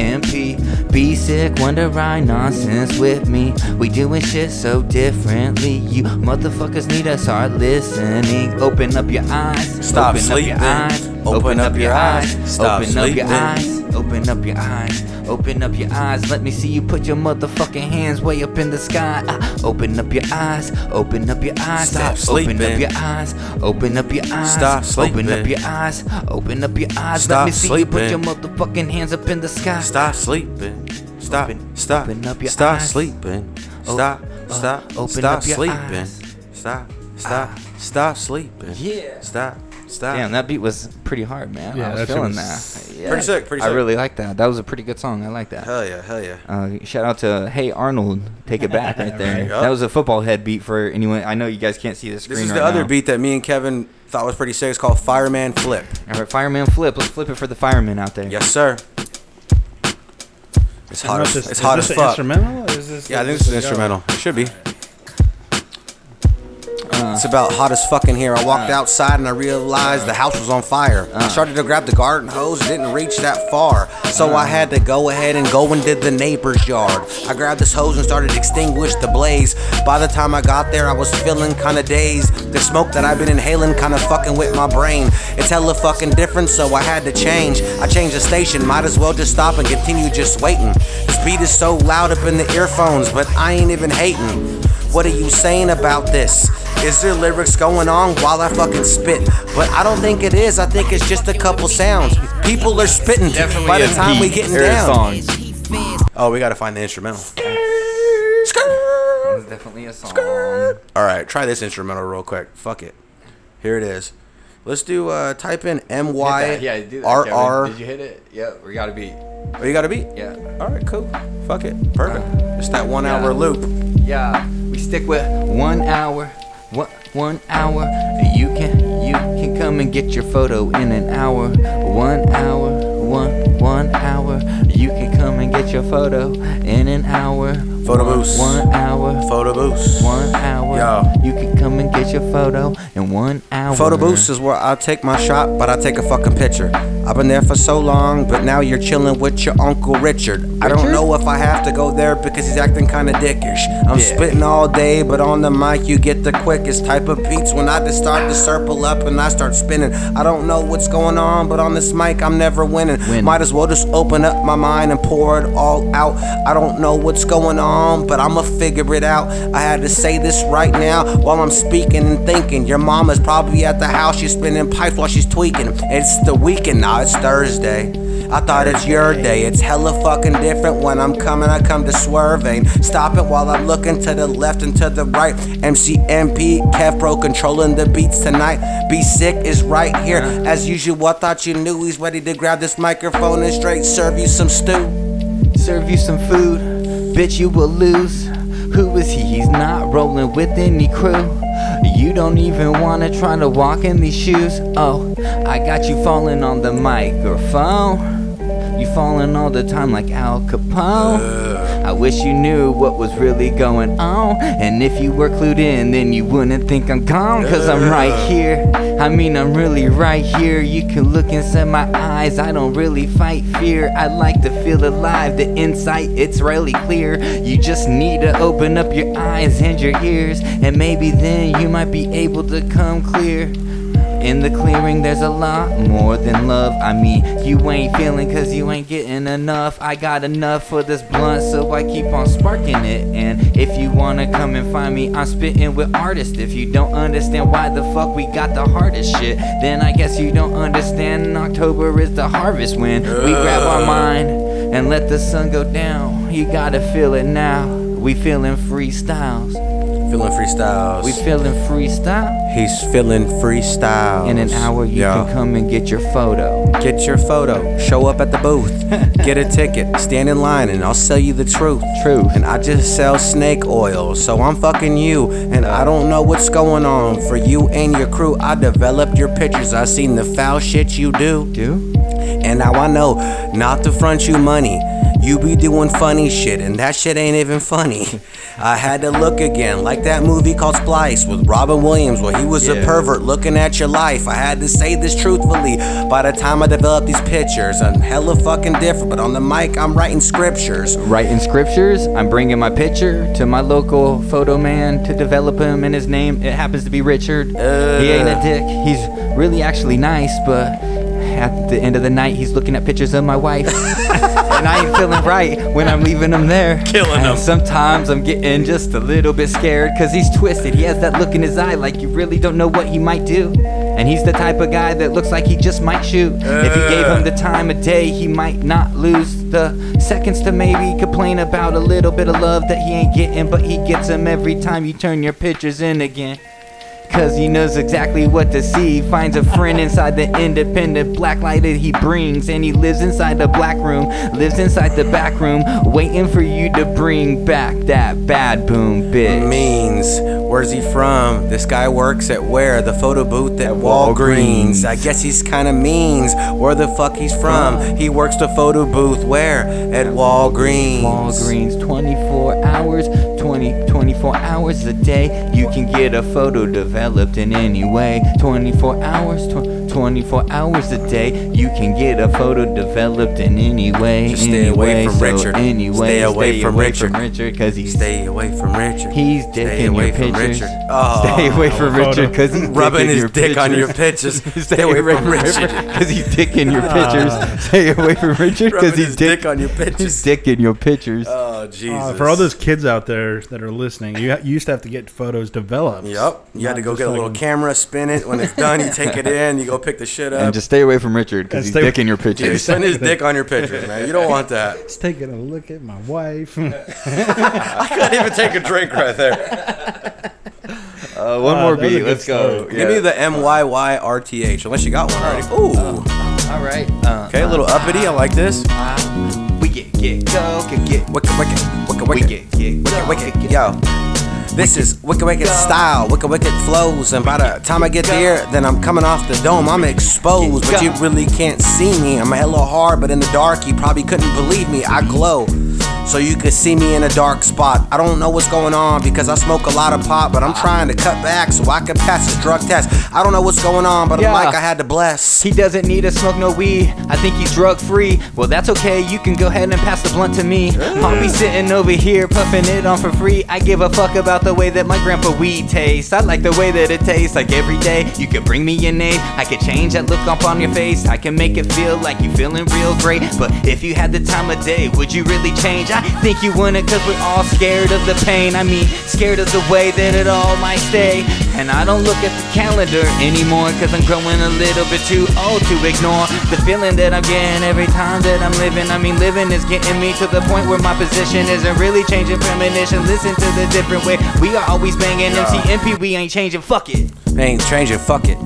MCMP. Be sick, wonder why nonsense with me. We doing shit so differently. You motherfuckers need to start listening. Open up your eyes. Stop open sleeping. Up your eyes. Open up your eyes. Stop Open sleeping. up your eyes. Open up your eyes. Open up your eyes. Let me see you put your motherfucking hands way up in the sky. Ah, open up your eyes. Open up your eyes. Stop Ah, Open sleeping. up your eyes. Open up your eyes. Stop Open sleeping. up your eyes. Open up your eyes. Let Stop me see you put your sleeping. motherfucking hands up in the sky. Stop sleeping. Stop. stop. open up your stop eyes. sleeping. O- Stop. uh, stop. open stop up your sleeping. eyes. Ah. Stop. Stop. stop sleeping. Yeah. Stop. Stop. Damn, that beat was pretty hard, man. Yeah, I was that shit feeling was that. Yeah, pretty sick, pretty I sick. really like that. That was a pretty good song. I like that. Hell yeah. Hell yeah. Uh, shout out to Hey Arnold, take it back *laughs* right there. Right. Yup. That was a football head beat for anyone. I know you guys can't see the screen. This is right the other now. beat that me and Kevin thought was pretty sick. It's called Fireman Flip. All right, fireman flip. Let's flip it for the firemen out there. Yes, sir. It's hot. much As, is- it's is hot this as an fuck. instrumental, or is this- yeah, I think this is this is a- instrumental. It should be. it's about hot as fuck in here. I walked Uh. outside and I realized the house was on fire. I started to grab the garden hose, didn't reach that far. So I had to go ahead and go into the neighbor's yard. I grabbed this hose and started to extinguish the blaze. By the time I got there, I was feeling kinda dazed. The smoke that I've been inhaling kinda fucking with my brain. It's hella fucking different, so I had to change. I changed the station, might as well just stop and continue just waiting. This beat is so loud up in the earphones, but I ain't even hating. What are you saying about this? Is there lyrics going on while I fucking spit? But I don't think it is. I think it's just a couple sounds. People are spitting by the time we getting down. Oh, we gotta find the instrumental. That's definitely a song. All right, try this instrumental real quick. Fuck it. Here it is. Let's do. Uh, type in M Y Hit that. Yeah, do that, R Kevin. R. Did you hit it? Yeah, we got a beat. Oh, you got a beat? Yeah. All right, cool. Fuck it. Perfect. It's that one hour loop. Yeah, we stick with one hour. One, one hour. You can you can come and get your photo in an hour. One hour. One one hour. You can come and get your photo in an hour. Photo one, booth. One hour. Photo booth. One hour. Yeah. You can come and get your photo in one hour. Photo booths is where I take my shot, but I take a fucking picture. I've been there for so long, but now you're chilling with your Uncle Richard. I don't Richard? know if I have to go there because he's acting kinda dickish. I'm Yeah. spitting all day, but on the mic you get the quickest type of beats when I just start to circle up and I start spinning. I don't know what's going on, but on this mic I'm never winning. Might as well just open up my mind and pour it all out. I don't know what's going on, but I'ma figure it out. I had to say this right now while I'm speaking and thinking. Your mama's probably at the house, she's spinning pipes while she's tweaking. It's the weekend now, it's Thursday. I thought it's your day. It's hella fucking different when I'm coming. I come to swerving. Stop it while I'm looking to the left and to the right. MCMP, Kev Pro controlling the beats tonight. Be sick is right here. As usual, I thought you knew he's ready to grab this microphone and straight serve you some stew. Serve you some food, bitch, you will lose. Who is he? He's not rolling with any crew. You don't even wanna try to walk in these shoes. Oh, I got you falling on the microphone. You falling all the time like Al Capone. I wish you knew what was really going on. And if you were clued in, then you wouldn't think I'm gone. Cause I'm right Ugh. here. I mean, I'm really right here. You can look inside my eyes. I don't really fight fear. I like to feel alive. The insight, it's really clear. You just need to open up your eyes and your ears. And maybe then you might be able to come clear. In the clearing, there's a lot more than love. I mean, you ain't feeling cause you ain't getting enough. I got enough for this blunt, so I keep on sparking it. And if you wanna come and find me, I'm spitting with artists. If you don't understand why the fuck we got the hardest shit, then I guess you don't understand. October is the harvest when we grab our mind and let the sun go down. You gotta feel it now. We feeling freestyles. Feeling freestyles. We feeling freestyle. He's feeling freestyle. In an hour, you can come and get your photo. Get your photo. Show up at the booth. get a ticket. Stand in line, and I'll sell you the truth. Truth. And I just sell snake oil, so I'm fucking you. And I don't know what's going on for you and your crew. I developed your pictures. I seen the foul shit you do. Do. And now I know not to front you money. You be doing funny shit, and that shit ain't even funny. *laughs* I had to look again, like that movie called Splice with Robin Williams, where he was a Yeah. pervert looking at your life. I had to say this truthfully. By the time I developed these pictures, I'm hella fucking different, but on the mic, I'm writing scriptures. Writing scriptures, I'm bringing my picture to my local photo man to develop him and his name. It happens to be Richard. he ain't a dick. He's really actually nice, but at the end of the night, he's looking at pictures of my *laughs* wife. and I ain't feeling right when I'm leaving him there. Killing him. Sometimes I'm getting just a little bit scared because he's twisted. He has that look in his eye like you really don't know what he might do. And he's the type of guy that looks like he just might shoot. If you gave him the time of day, he might not lose the seconds to maybe complain about a little bit of love that he ain't getting, but he gets him every time you turn your pictures in again. Cause he knows exactly what to see. Finds a friend inside the independent black light that he brings. And he lives inside the black room, lives inside the back room, waiting for you to bring back that bad boom bitch. Means, where's he from? This guy works at where? The photo booth at Walgreens. I guess he's kinda means. Where the fuck he's from? He works the photo booth where? At Walgreens. Walgreens 24 hours, 20, 24 hours a day. You can get a photo developed in any way. 24 hours, tw- 24 hours a day. You can get a photo developed in any way. Just stay away anyway, from so Richard. Anyway, Stay away from Richard. because he's stay away from Richard. He's Stay dick in away your from pictures. Richard. Oh. stay away from Photo. Richard because he's Rubbing dick in his your dick on *laughs* your pictures. Stay away *laughs* from Richard. because he's dick in *laughs* your pictures. Ah. stay away from Richard Rubbing because he's his dick on *laughs* your He's pictures. dick in your pictures. Oh Uh, Jesus! for all those kids out there that are listening, you, you used to have to get photos developed. Yep. You had to go Not get a just little like- camera, spin it. When it's done, you take *laughs* it in. You go pick the shit up. and just stay away from Richard because And he's stay- dick in your Dude, *laughs* pictures. send his dick on your pictures, man. You don't want that. It's taking a look at my wife. *laughs* I couldn't even take a drink right there. Uh, one Ah, Wow, more that was a beat. good Let's go. Give me the M Y Y R T H, unless you got one already. Ooh. Oh. All right. Uh, Okay, a little uppity. I like this. we get get go get get Wicked, wicked, wicked, we wicked. get get Wicked, wicked, yo. This is Wicked Wicked style, Wicked Wicked flows, and by the time I get there, then I'm coming off the dome. I'm exposed, but you really can't see me. I'm hella hard, but in the dark, you probably couldn't believe me. I glow. so you could see me in a dark spot. I don't know what's going on because I smoke a lot of pot, but I'm trying to cut back so I can pass the drug test. I don't know what's going on, but Yeah. I'm like I had to bless. He doesn't need to smoke no weed. I think he's drug free. Well, that's okay. You can go ahead and pass the blunt to me. I'll be sitting over here puffing it on for free. I give a fuck about the way that my grandpa weed tastes. I like the way that it tastes. Like every day, you could bring me an aid. I could change that look up on your face. I can make it feel like you feeling real great. But if you had the time of day, would you really change? I think you wouldn't, cause we're all scared of the pain. I mean, scared of the way that it all might stay. And I don't look at the calendar anymore, cause I'm growing a little bit too old to ignore the feeling that I'm getting every time that I'm living. I mean, living is getting me to the point where my position isn't really changing. Premonition, listen to the different way. We are always banging Yeah. MCMP, we ain't changing, fuck it. Ain't changing, fuck it.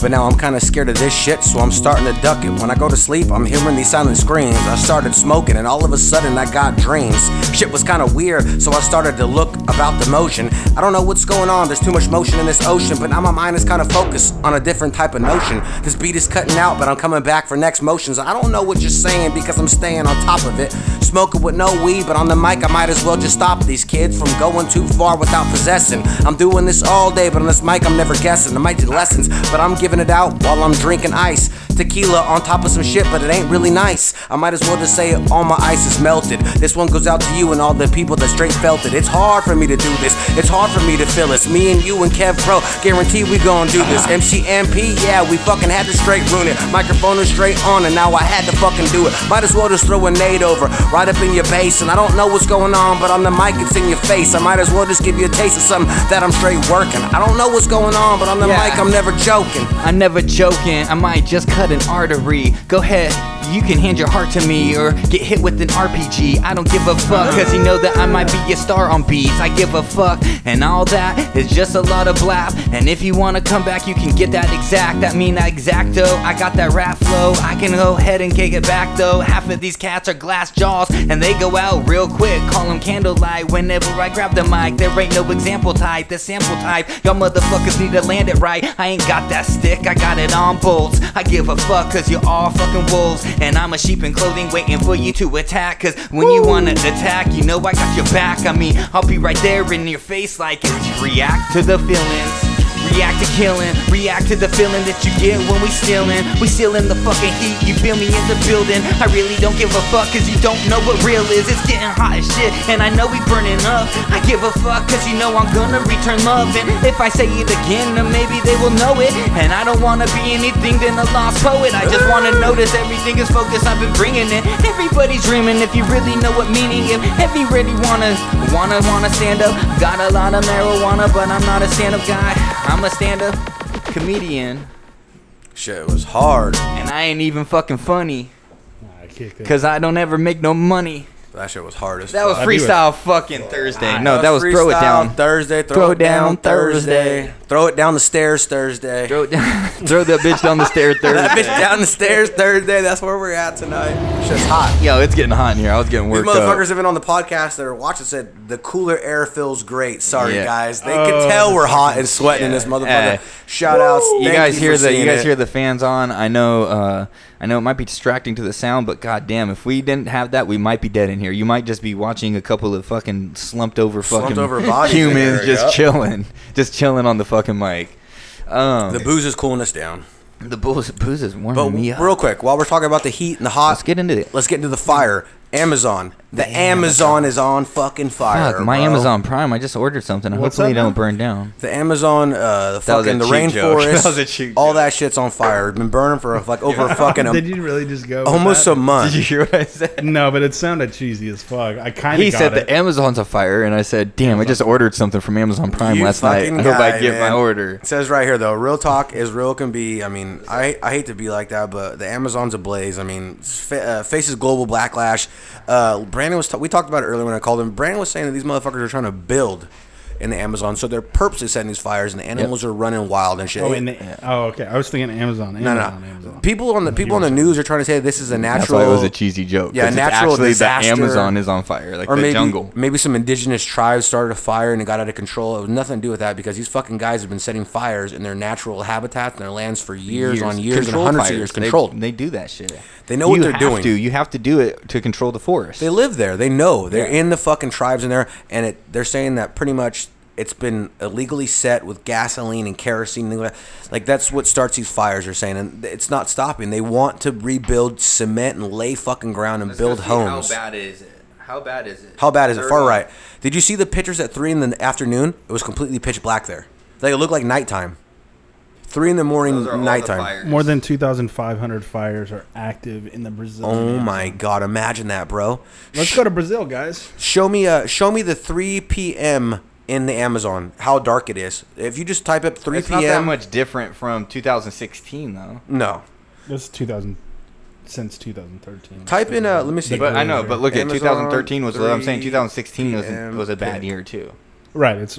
But now I'm kinda scared of this shit, so I'm starting to duck it. When I go to sleep, I'm hearing these silent screams. I started smoking, and all of a sudden I got dreams. Shit was kinda weird, so I started to look about the motion. I don't know what's going on, there's too much motion in this ocean, but now my mind is kinda focused on a different type of notion. This beat is cutting out, but I'm coming back for next motions. I don't know what you're saying because I'm staying on top of it. Smoking with no weed, but on the mic, I might as well just stop these kids from going too far without possessing. I'm doing this all day, but on this mic, I'm never guessing. I might do lessons, but I'm giving it out while I'm drinking ice. Tequila on top of some shit, but it ain't really nice. I might as well just say all my ice is melted. This one goes out to you and all the people that straight felt it. It's hard for me to do this. It's hard for me to feel this. Me and you and Kev Pro guarantee we gon' do this. MCMP, yeah, we fucking had to straight ruin it. Microphone is straight on, and now I had to fucking do it. Might as well just throw a nade over, right up in your face. And I don't know what's going on, but on the mic it's in your face. I might as well just give you a taste of something that I'm straight working. I don't know what's going on, but on the Yeah. mic I'm never joking. I'm never joking. I might just cut an artery. Go ahead. You can hand your heart to me or get hit with an RPG. I don't give a fuck, cause you know that I might be a star on beats. I give a fuck, and all that is just a lot of blap. And if you wanna come back, you can get that exact. That mean that exacto. I got that rap flow. I can go ahead and kick it back though. Half of these cats are glass jaws, and they go out real quick. Call them candlelight whenever I grab the mic. There ain't no example type, the sample type. Y'all motherfuckers need to land it right. I ain't got that stick, I got it on bolts. I give a fuck, cause you're all fucking wolves. And I'm a sheep in clothing waiting for you to attack. Cause when you wanna attack, you know I got your back. I mean, I'll be right there in your face like it's react to the feelings. React to killing, react to the feeling that you get when we stealing. We stealing the fucking heat, you feel me in the building. I really don't give a fuck cause you don't know what real is. It's getting hot as shit, and I know we burning up. I give a fuck cause you know I'm gonna return love. And if I say it again, then maybe they will know it. And I don't wanna be anything than a lost poet. I just wanna notice everything is focused, I've been bringing it. Everybody's dreaming if you really know what meaning if everybody wanna, wanna, wanna stand up. Got a lot of marijuana, but I'm not a stand up guy. I'm a stand up comedian, Shit, it was hard. and I ain't even fucking funny. kicked Cause I don't ever make no money. That shit was hard as That was fuck. freestyle fucking Thursday. No, that was throw it Freestyle down. Thursday. Throw, it down Thursday. Throw it down the stairs Thursday. Throw it down. *laughs* throw that bitch down the *laughs* stairs Thursday. That bitch down the stairs Thursday. That's where we're at tonight. Shit's hot. Yo, it's getting hot in here. I was getting These worked motherfuckers up. have been on the podcast that are watching said the cooler air feels great. Sorry Yeah. guys, they Oh. can tell we're hot and sweating in this motherfucker. Hey. Shout outs. Eh. You Thank guys for hear the you seeing guys it. hear the fans on. I know uh, I know it might be distracting to the sound, but goddamn, if we didn't have that, we might be dead in here. You might just be watching a couple of fucking slumped over Slumped fucking over bodies in humans here, just yep. chilling, just chilling on the fucking mic. Um, the booze is cooling us down. The booze, booze is warming But me up. real quick, while we're talking about the heat and the hot, let's get into it. Let's get into the fire. Amazon. The Amazon is on fucking fire. Fuck, my bro. Amazon Prime. I just ordered something. What's Hopefully, up, it don't man? burn down. The Amazon, uh, the That was a fucking the cheap joke. *laughs* rainforest, That was a cheap all that shit's on fire. It's been burning for like over *laughs* a fucking Did you really just go? with almost that? a month. Did you hear what I said? Oh, No, but it sounded cheesy as fuck. I kind of He got said it. the Amazon's on fire, and I said, "Damn, I just ordered something from Amazon Prime You last night. fucking I hope I guy, get my man. order." It says right here though, real talk is real can be. I mean, I I hate to be like that, but the Amazon's ablaze. I mean, it's fa- uh, faces global backlash. Uh, Brandon was ta- we talked about it earlier when I called him. Brandon was saying that these motherfuckers are trying to build. in the Amazon. So they're purposely setting these fires, and the animals are running wild and shit. Oh, in the, oh, okay. I was thinking Amazon. no, no. Amazon, Amazon. People on the people on the news are trying to say this is a That's natural. why it was a cheesy joke. Yeah, 'cause it's natural actually disaster. The Amazon is on fire, like or the maybe, jungle. Maybe some indigenous tribes started a fire and it got out of control. It was nothing to do with that because these fucking guys have been setting fires in their natural habitats and their lands for years, on years Controlled and hundreds fires. of years. They- Controlled. They, do that shit. They know what You they're have doing. To. You have to do it to control the forest. They live there. They know. They're in the fucking tribes in there, and it, they're saying that pretty much it's been illegally set with gasoline and kerosene. and Like that's what starts these fires. Are saying, and it's not stopping. They want to rebuild cement and lay fucking ground and build homes. How bad is it? How bad is it? How bad is it? Far right. Did you see the pictures at three in the afternoon? It was completely pitch black there. Like it looked like nighttime. Three in the morning, nighttime. More than 2,500 fires are active in the Brazil. Oh my god! Imagine that, bro. Let's go to Brazil, guys. Show me, uh, show me the three p.m. in the Amazon. How dark it is. If you just type up three It's p.m. not that much different from 2016 though. No. This is 2000 since 2013. Type in, uh, let me see. But I know. But look at Amazon 2013 was what I'm saying. 3 2016 was a, PM was a pick. bad year too. Right. It's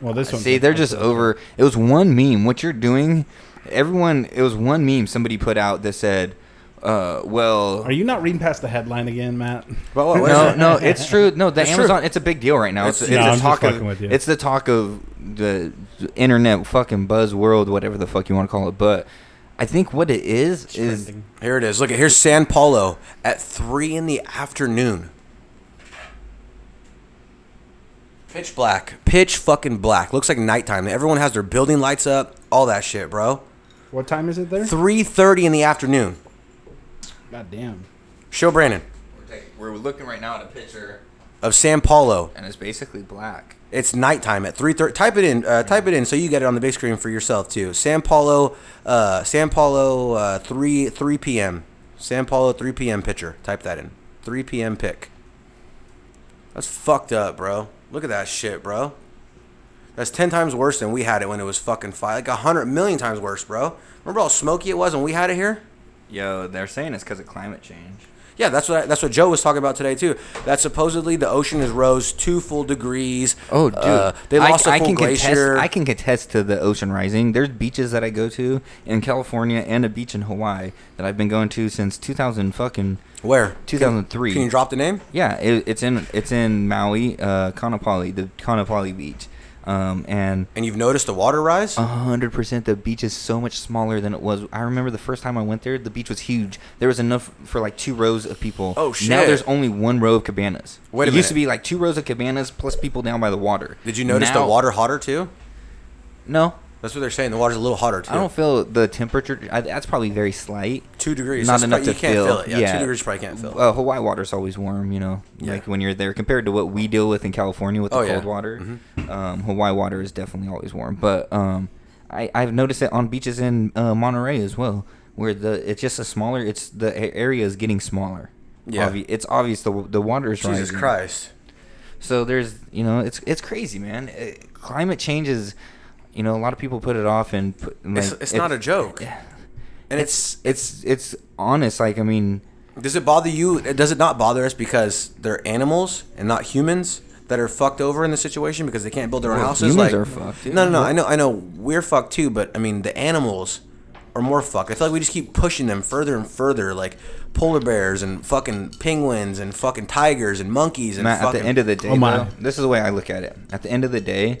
well. This one. See, they're just over. It was one meme. What you're doing, everyone. It was one meme somebody put out that said, uh, "Well, Are you not reading past the headline again, Matt? But what was no, it? no, it's true. No, the It's true. Amazon, it's a big deal right now. It's, It's- it's, No, I'm the just talk of fucking with you. it's the talk of the internet fucking buzz world, whatever the fuck you want to call it. But I think what it is is Here it is. Look at here's San Paulo at three in the afternoon. Pitch black. Pitch fucking black. Looks like nighttime. Everyone has their building lights up. All that shit, bro. What time is it there? Three thirty in the afternoon. God damn. Show Brandon we're looking right now at a picture, of San Paulo. and it's basically black. It's nighttime at three thirty. Type it in. Uh, type it in so you get it on the big screen for yourself too. San Paulo. Uh, San Paulo. Uh, three three p.m. San Paulo three p.m. picture. Type that in. Three p.m. pick. That's fucked up, bro. Look at that shit, bro. That's ten times worse than we had it when it was fucking five, like a hundred million times worse, bro. Remember how smoky it was when we had it here? Yo, they're saying it's because of climate change. Yeah, that's what I, that's what Joe was talking about today too. That supposedly the ocean has rose two full degrees. Oh, dude, Uh, they lost a I, I full can glacier. Contest, I can contest to the ocean rising. There's beaches that I go to in California and a beach in Hawaii that I've been going to since 2000 fucking Where? 2003. Can, can you drop the name? Yeah, it, it's in it's in Maui, uh, Kanapali, the Kanapali beach, um, and And you've noticed the water rise? Uh, hundred percent the beach is so much smaller than it was. I remember the first time I went there, the beach was huge. There was enough for like two rows of people. Oh, Now shit. there's only one row of cabanas. Wait a it used to minute. be like two rows of cabanas plus people down by the water. Did you notice Now- the water hotter too? No, That's what they're saying. The water's a little hotter too. I don't feel the temperature. I, that's probably very slight. two degrees. Not That's enough probably- to you can't feel, feel. it. Yeah, two degrees you probably can't feel. Uh, Hawaii water's always warm, you know, Yeah. like when you're there compared to what we deal with in California with the Oh, yeah. Mm-hmm. cold water. Um, Hawaii water is definitely always warm, but um, I, I've noticed it on beaches in uh, Monterey as well, where the it's just a smaller. It's the a- area is getting smaller. Yeah. Obvi- it's obvious the the water is Jesus rising. Christ. So there's, you know, it's it's crazy, man. It, climate change is, you know, a lot of people put it off and put. It's, like, it's it- not a joke. And it's, It's it's honest. Like I mean, does it bother you? uh, Does it not bother us because they're animals and not humans that are fucked over in the situation because they can't build their own Well, houses? humans like, are fucked, yeah. No, no, no. I know, I know. We're fucked too, but I mean the animals are more fucked. I feel like we just keep pushing them further and further, like polar bears and fucking penguins and fucking tigers and monkeys and Matt, at fucking. the end of the day, Oh, my. though, this is the way I look at it. At the end of the day,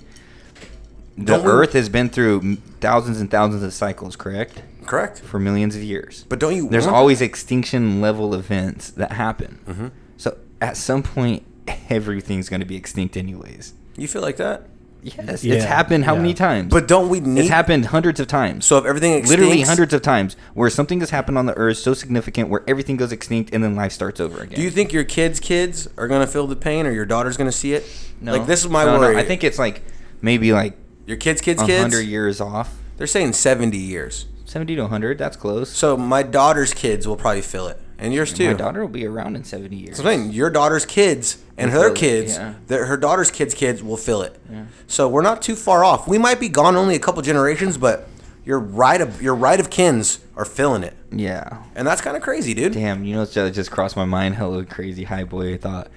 the Don't we- Earth has been through m- thousands and thousands of cycles, correct? correct. For millions of years. But don't you There's want Mm-hmm. always extinction level events that happen. So at some point, everything's going to be extinct, anyways. You feel like that? Yes, Yeah, it's happened how yeah. many times? But don't we need? it's happened hundreds of times. So if everything extincts, literally hundreds of times where something has happened on the Earth so significant where everything goes extinct and then life starts over again. Do you think your kids' kids are gonna feel the pain, or your daughter's gonna see it? No. Like this is my No, no, worry. I think it's like maybe like your kids' kids' kids. hundred years off. They're saying seventy years. Seventy to hundred, that's close. So my daughter's kids will probably feel it, and yours too. My daughter will be around in seventy years. That's what I'm saying. Your daughter's kids and Will her feel it, kids, yeah. their, her daughter's kids' kids will feel it. So we're not too far off. We might be gone only a couple generations, but your right of your right of kins are feeling it, Yeah. and that's kind of crazy, dude. Damn, you know what just crossed my mind? Hello, crazy high boy thought.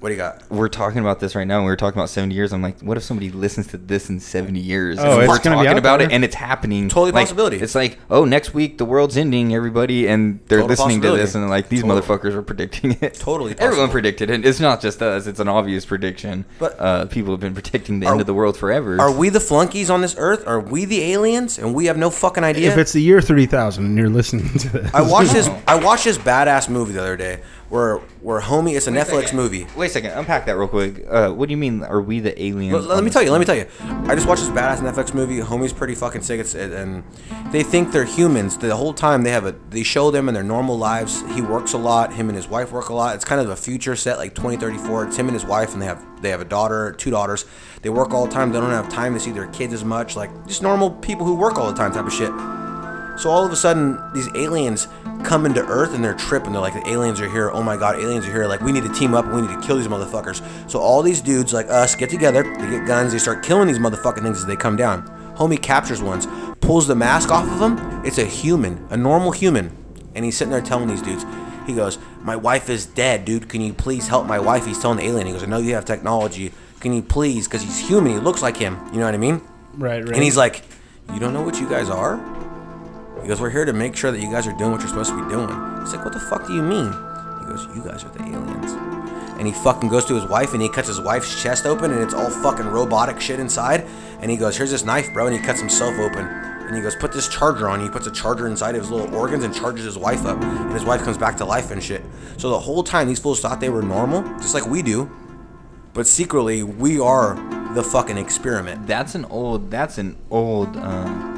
What do you got? We're talking about this right now. and We were talking about 70 years. I'm like, what if somebody listens to this in 70 years? Oh, and it's we're gonna be talking out about it, there. and it's happening. Totally Like, possibility. It's like, oh, next week the world's ending, everybody, and they're Total listening to possibility. this, and like these Totally. motherfuckers are predicting it. Totally *laughs* Everyone possible. predicted it. It's not just us. It's an obvious prediction. But- uh, people have been predicting the Are- end of the world forever. Are we the flunkies on this earth? Are we the aliens? And we have no fucking idea. If it's the year three thousand and you're listening to this, I *laughs* watched this. I watched this badass movie the other day where where homie. It's a Wait a Netflix second. movie. Wait a second. Unpack that real quick. Uh, what do you mean? Are we the aliens? Let, let on me this tell you. Let me planet? tell you. I just watched this badass Netflix movie. Homie's pretty fucking sick. It's, it, and they think they're humans the whole time. They have a. They show them in their normal lives. He works a lot. Him and his wife work a lot. It's kind of a future set, like 2034. It's him and his wife, and they have they have a daughter, two daughters. They work all the time. They don't have time to see their kids as much. Like just normal people who work all the time type of shit. So all of a sudden, these aliens come into Earth and they're tripping. They're like, the aliens are here. Oh my god, aliens are here. Like, we need to team up. We need to kill these motherfuckers. So all these dudes like us get together. They get guns. They start killing these motherfucking things as they come down. Homie captures ones, pulls the mask off of him. It's a human, a normal human, and he's sitting there telling these dudes. He goes, "My wife is dead, dude. Can you please help my wife?" He's telling the alien. He goes, "I know you have technology. Can you please?" Because he's human. He looks like him. You know what I mean? right, right. And he's like, "You don't know what you guys are." He goes, We're here to make sure that you guys are doing what you're supposed to be doing. He's like, What the fuck do you mean? He goes, You guys are the aliens. And he fucking goes to his wife and he cuts his wife's chest open and it's all fucking robotic shit inside. And he goes, Here's this knife, bro. And he cuts himself open. And he goes, Put this charger on. He puts a charger inside of his little organs and charges his wife up. And his wife comes back to life and shit. So the whole time, these fools thought they were normal, just like we do. But secretly, we are the fucking experiment. That's an old. That's an old. Um,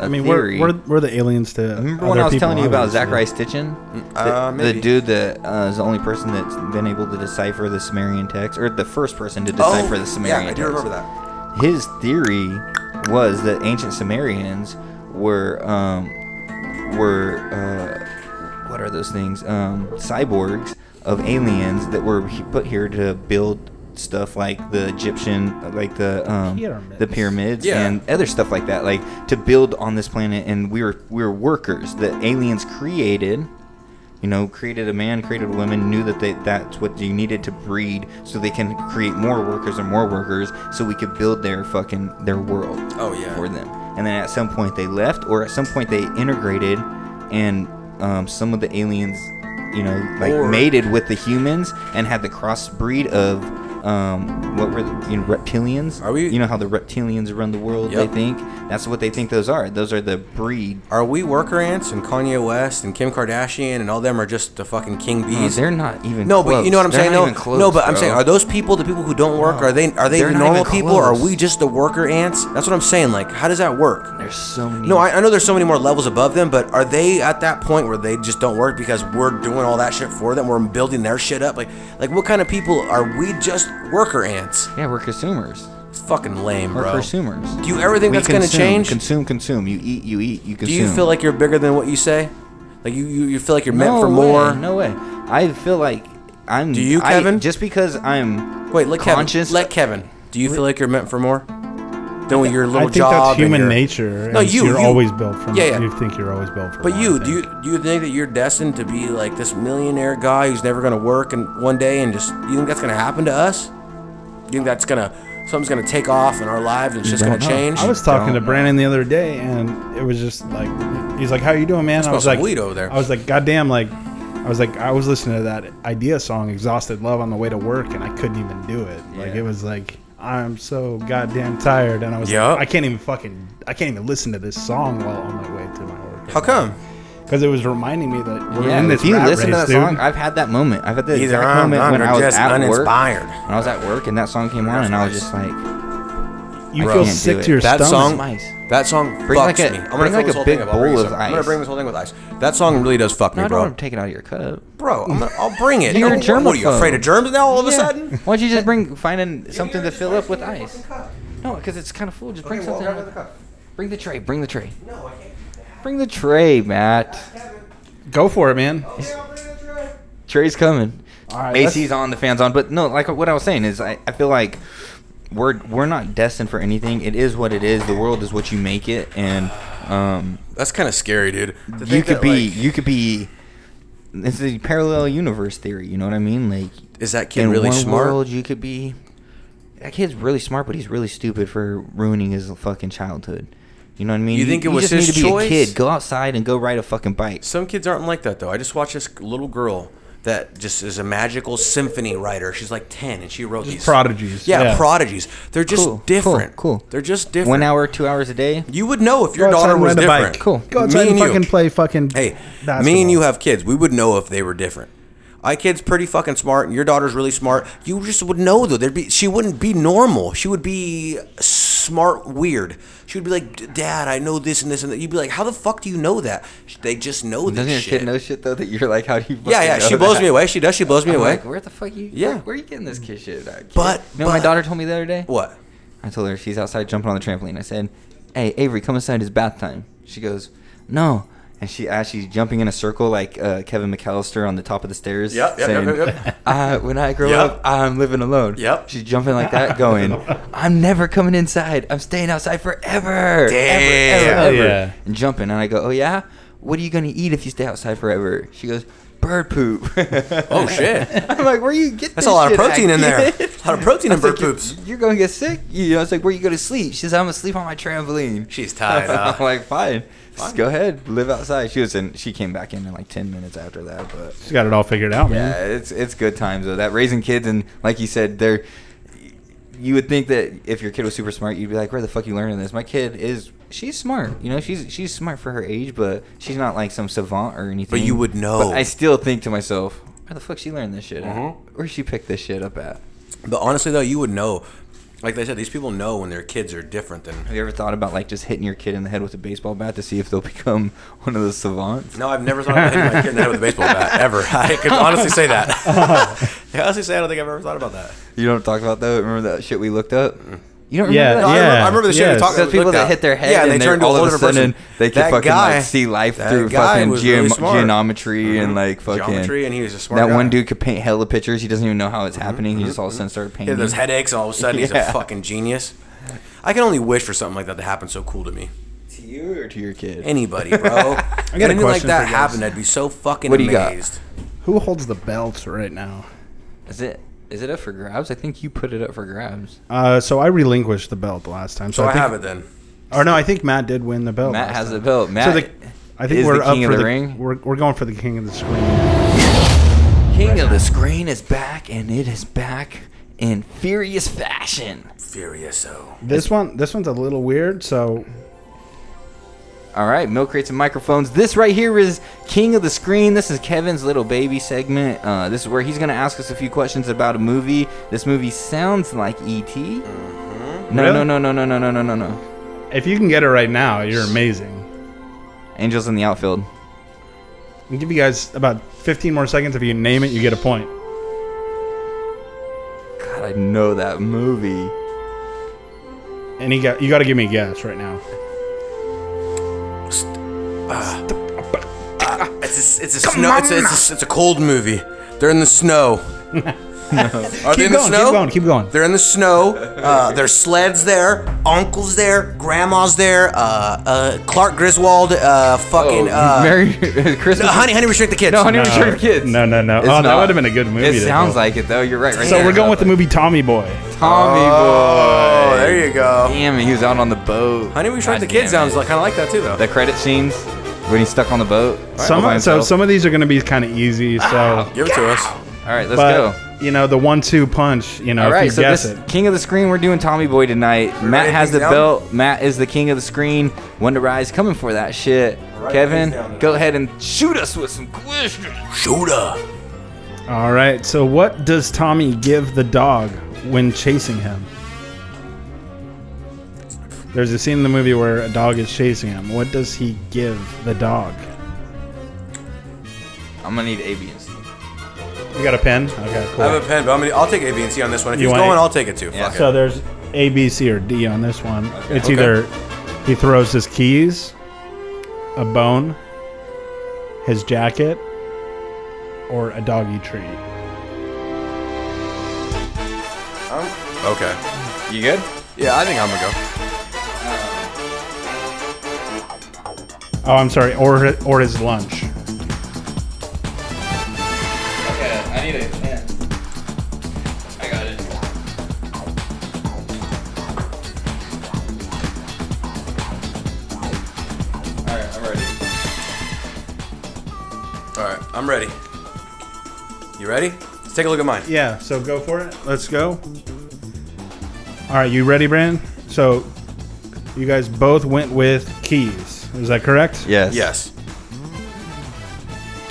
I mean, we're, theory. we're, we're the aliens to. Remember other when I was people, telling you about obviously. Zachary Stitchin? The, uh, maybe. the dude that uh, is the only person that's been able to decipher the Sumerian text, or the first person to decipher the Sumerian Oh, yeah, I text. do remember that. His theory was that ancient Sumerians were um, were uh, what are those things? Um, cyborgs of aliens that were he- put here to build stuff like the Egyptian, like the um, the Pyramids. pyramids Yeah. and other stuff like that, like to build on this planet. And we were we were workers that aliens created. You know, created a man, created a woman, knew that they, that's what you needed to breed, so they can create more workers and more workers, so we could build their fucking their world. Oh, yeah. For them, and then at some point they left, or at some point they integrated, and um, some of the aliens, you know, like Or- mated with the humans and had the crossbreed of um, what were the, you know, reptilians? Are we- You know how the reptilians run the world? Yep. They think that's what they think those are. Those are the breed. Are we worker ants and Kanye West and Kim Kardashian and all them are just the fucking king bees? they're not even. no, but close. you know what I'm They're saying. not No, even close, no, but I'm bro. saying, are those people the people who don't work? Are they are they They're the not even normal people? Or are close. we just the worker ants? That's what I'm saying. Like, how does that work? there's so many. No, I, I know there's so many more levels above them, but are they at that point where they just don't work because we're doing all that shit for them? We're building their shit up. Like, like what kind of people are we? Just worker ants? Yeah, we're consumers. It's fucking lame, We're bro. consumers. Do you ever think We that's gonna consume, change? Consume, consume. You eat, you eat, you Do consume. you feel like you're bigger than what you say? Like you, you, you feel like you're meant no for way, more? No way. I feel like I'm. Do you, I- Kevin? just because I'm. Wait, let conscious- Kevin. Let Kevin. Do you feel like you're meant for more? Then with your I little think job. that's and human your- nature. No, and you- You're you- always built from. Yeah, yeah. You think you're always built from. But one you, thing. do you do you think that you're destined to be like this millionaire guy who's never gonna work and one day and just you think that's gonna happen to us? You think that's gonna something's gonna take off in our lives and it's just gonna don't know. change? I was talking to Don't. Brandon the other day, and it was just like, he's like, "How you doing, man?" I was smells like, like weed over there. I was like, "God damn!" Like, I was like, I was listening to that idea song, "Exhausted Love," on the way to work, and I couldn't even do it. Like, Yeah. it was like, I'm so goddamn tired, and I was Yup. like, I can't even fucking, I can't even listen to this song while on my way to my work. How come? Because it was reminding me that we're Yeah, in this if you rat listen to race, that dude. song, I've had that moment. I've had the Either exact I'm moment done when or I was just at uninspired. work. When I was at work and that song came on, and I was just like, you I feel can't do sick it. to your That stomach. song, Mice. that song Bring fucks like a- me. I'm bring gonna like fill a this whole big thing up. I'll bring bowl this of up. I'm gonna ice. bring this whole thing with ice. That song really does fuck "No, me, I don't bro. want to take it out of your cup." Bro, I'm gonna, I'll bring it. *laughs* You're a what, what are you germaphobe. afraid of germs now? All of a Yeah. sudden? Why don't you just bring finding something to fill up with ice? No, because it's kind of full. Just bring something. Bring the tray. Bring the tray. No, I can't. Bring the tray, Matt. Go for it, man. Trey's coming. All right, AC's on, the fans on, but no, like what I was saying is, I, I feel like we're we're not destined for anything. It is what it is. The world is what you make it, and um, That's kind of scary, dude. To you think could that, be like- you could be it's a parallel universe theory. You know what I mean? Like, Is that kid in really one smart? World, you could be. That kid's really smart, but he's really stupid for ruining his fucking childhood. You know what I mean? You think it was just his need to choice? be a kid. Go outside and go ride a fucking bike. Some kids aren't like that though. I just watched this little girl that just is a magical symphony writer. She's like ten and she wrote these prodigies. Yeah, Yeah. prodigies. They're just Cool, cool, different. Cool, They're just different. One hour, two hours a day. You would know if your Go outside daughter and was ride a different. bike. Cool. Go outside and you. fucking play fucking Hey, me basketball. and you have kids. We would know if they were different. My kid's pretty fucking smart, and your daughter's really smart. You just would know though. There'd be she wouldn't be normal. She would be smart weird. She would be like, "D- "Dad, I know this and this and that." You'd be like, "How the fuck do you know that?" They just know Doesn't this your shit. kid know shit though that you're like, how do you? yeah, fucking yeah. know She blows that? me away. She does. She blows me I'm away. Like, where the fuck you? Yeah. Where are you getting this kid shit? at, kid? But- you know what my but- daughter told me the other day. What? I told her she's outside jumping on the trampoline. I said, "Hey, Avery, come inside. It's bath time." She goes, "No." And she as she's jumping in a circle like uh, Kevin McAllister on the top of the stairs. Yep, yep, saying, yep, yep, yep. *laughs* "Uh, when I grow Yep. up, I'm living alone. Yep. She's jumping like that, *laughs* going, I'm never coming inside. I'm staying outside forever. Damn. Ever, ever, Hell ever." yeah. And jumping. And I go, Oh, yeah? What are you going to eat if you stay outside forever? She goes, Bird poop. *laughs* Oh shit. *laughs* I'm like, where you That's get this a lot of shit at, protein in there. kid?" A lot of protein I in was like, bird "You're- poops. You're gonna get sick. You know, I was like, where you gonna sleep? She says, I'm gonna sleep on my trampoline. She's tired, huh? *laughs* I'm like, fine, just go ahead, live outside. She was in. She came back in in like ten minutes after that, but She's got it all figured out, man. yeah, it's it's good times though. That raising kids and like you said, they're you would think that if your kid was super smart, you'd be like, where the fuck you learning this? My kid is she's smart. You know, she's she's smart for her age, but she's not like some savant or anything. you would know. But I still think to myself, where the fuck she learned this shit? at? Mm-hmm. Where she picked this shit up at? But honestly though, you would know. Like they said, these people know when their kids are different than Have you ever thought about like just hitting your kid in the head with a baseball bat to see if they'll *laughs* become one of those savants? No, I've never thought about hitting my kid in the head with a baseball bat ever. *laughs* I could honestly say *laughs* that. I can honestly say I don't think I've ever thought about that. You don't talk about that. Remember that shit we looked up? You don't remember Yeah, that? No, I, Mm. remember, I Yeah, remember the shit yeah. we talked Those we people looked that at. hit their head Yeah, and, they they're turned to all a of a different sudden person. they can That fucking guy- like see life that through guy fucking was really geom- smart. geometry and like fucking Mm-hmm. Geometry, and he was a smart That guy. one dude could paint hella pictures. He doesn't even know how it's happening. He just all of a sudden started He painting. had those Mm-hmm. headaches, and all of a sudden he's a Yeah. fucking genius. I can only wish for something like that to happen so cool to me. to you or to your kid. Anybody, *laughs* bro. I a Anything like question for that you guys. happened, I'd be so fucking What do you got? amazed. Who holds the belt right now? Is it is it up for grabs? I think you put it up for grabs. Uh, so I relinquished the belt the last time. So, So I think, have it then. Or no, I think Matt did win the Oh, belt. Matt last has time. the belt. So Matt the, I think is we're the up king for of the, the ring. We're, we're going for the king of the screen. King of the Screen is back, and it is back in furious fashion. Furioso. This one, this one's a little weird. So All right, milk crates and microphones. This right here is King of the Screen. This is Kevin's little baby segment. Uh, this is where he's gonna ask us a few questions about a movie. This movie sounds like ET. No, Mm-hmm. Really? no, no, no, no, no, no, no, no, no. if you can get it right now, you're amazing. Angels in the outfield. I'll give you guys about 15 more seconds. If you name it, you get a point. God, I know that movie. And you got you got to give me a guess right now. It's a, it's a snow. It's a, it's, a, it's a cold movie. They're in the snow. *laughs* Are they Keep in going, the snow? keep going, keep going. They're in the snow. *laughs* Uh, there's sleds there. Uncle's there. Grandma's there. Uh, uh, Clark Griswold. Uh, fucking. uh, Oh, *laughs* Merry Christmas. no, honey, honey, restrict the kids. No, honey, No. return kids. No, no, no. It's Oh, that not. would've been a good movie It though. sounds like it though. You're right. right So there. we're going with the movie Tommy Boy. Tommy Oh, Boy. there you go. Damn, he was out on the boat. Honey, we shrunk the kids. God damn Sounds like kind of like that too, though. it. the credit scenes when he's stuck on the boat. all by Some, so himself. some of these are going to be kind of *laughs* easy. So, Give it to us. All right, let's but go. you know the one-two punch. You know, All if right, you so guess this it. king of the screen, we're doing Tommy Boy tonight. Matt writing has things the down? belt. Matt is the king of the screen. Wonder Rise coming for that shit. Kevin, go ahead and shoot us with some questions. Shooter. All right. So, what does Tommy give the dog when chasing him? There's a scene in the movie where a dog is chasing him. What does he give the dog? I'm gonna need A, B, and C. You got a pen? Okay, I cool. have a pen, but I'm gonna, I'll take A, B, and C on this one. If You he's want going, it? I'll take it too. Fuck it. So there's A, B, C, or D on this one. It's Okay. either he throws his keys, a bone, his jacket, or a doggy treat. Okay. You good? Yeah, I think I'm gonna go. Oh, I'm sorry, or or his lunch. I'm ready. You ready? Let's take a look at mine. Yeah, so go for it. Let's go. All right, you ready, Brandon? So you guys both went with keys. Is that correct? Yes. Yes.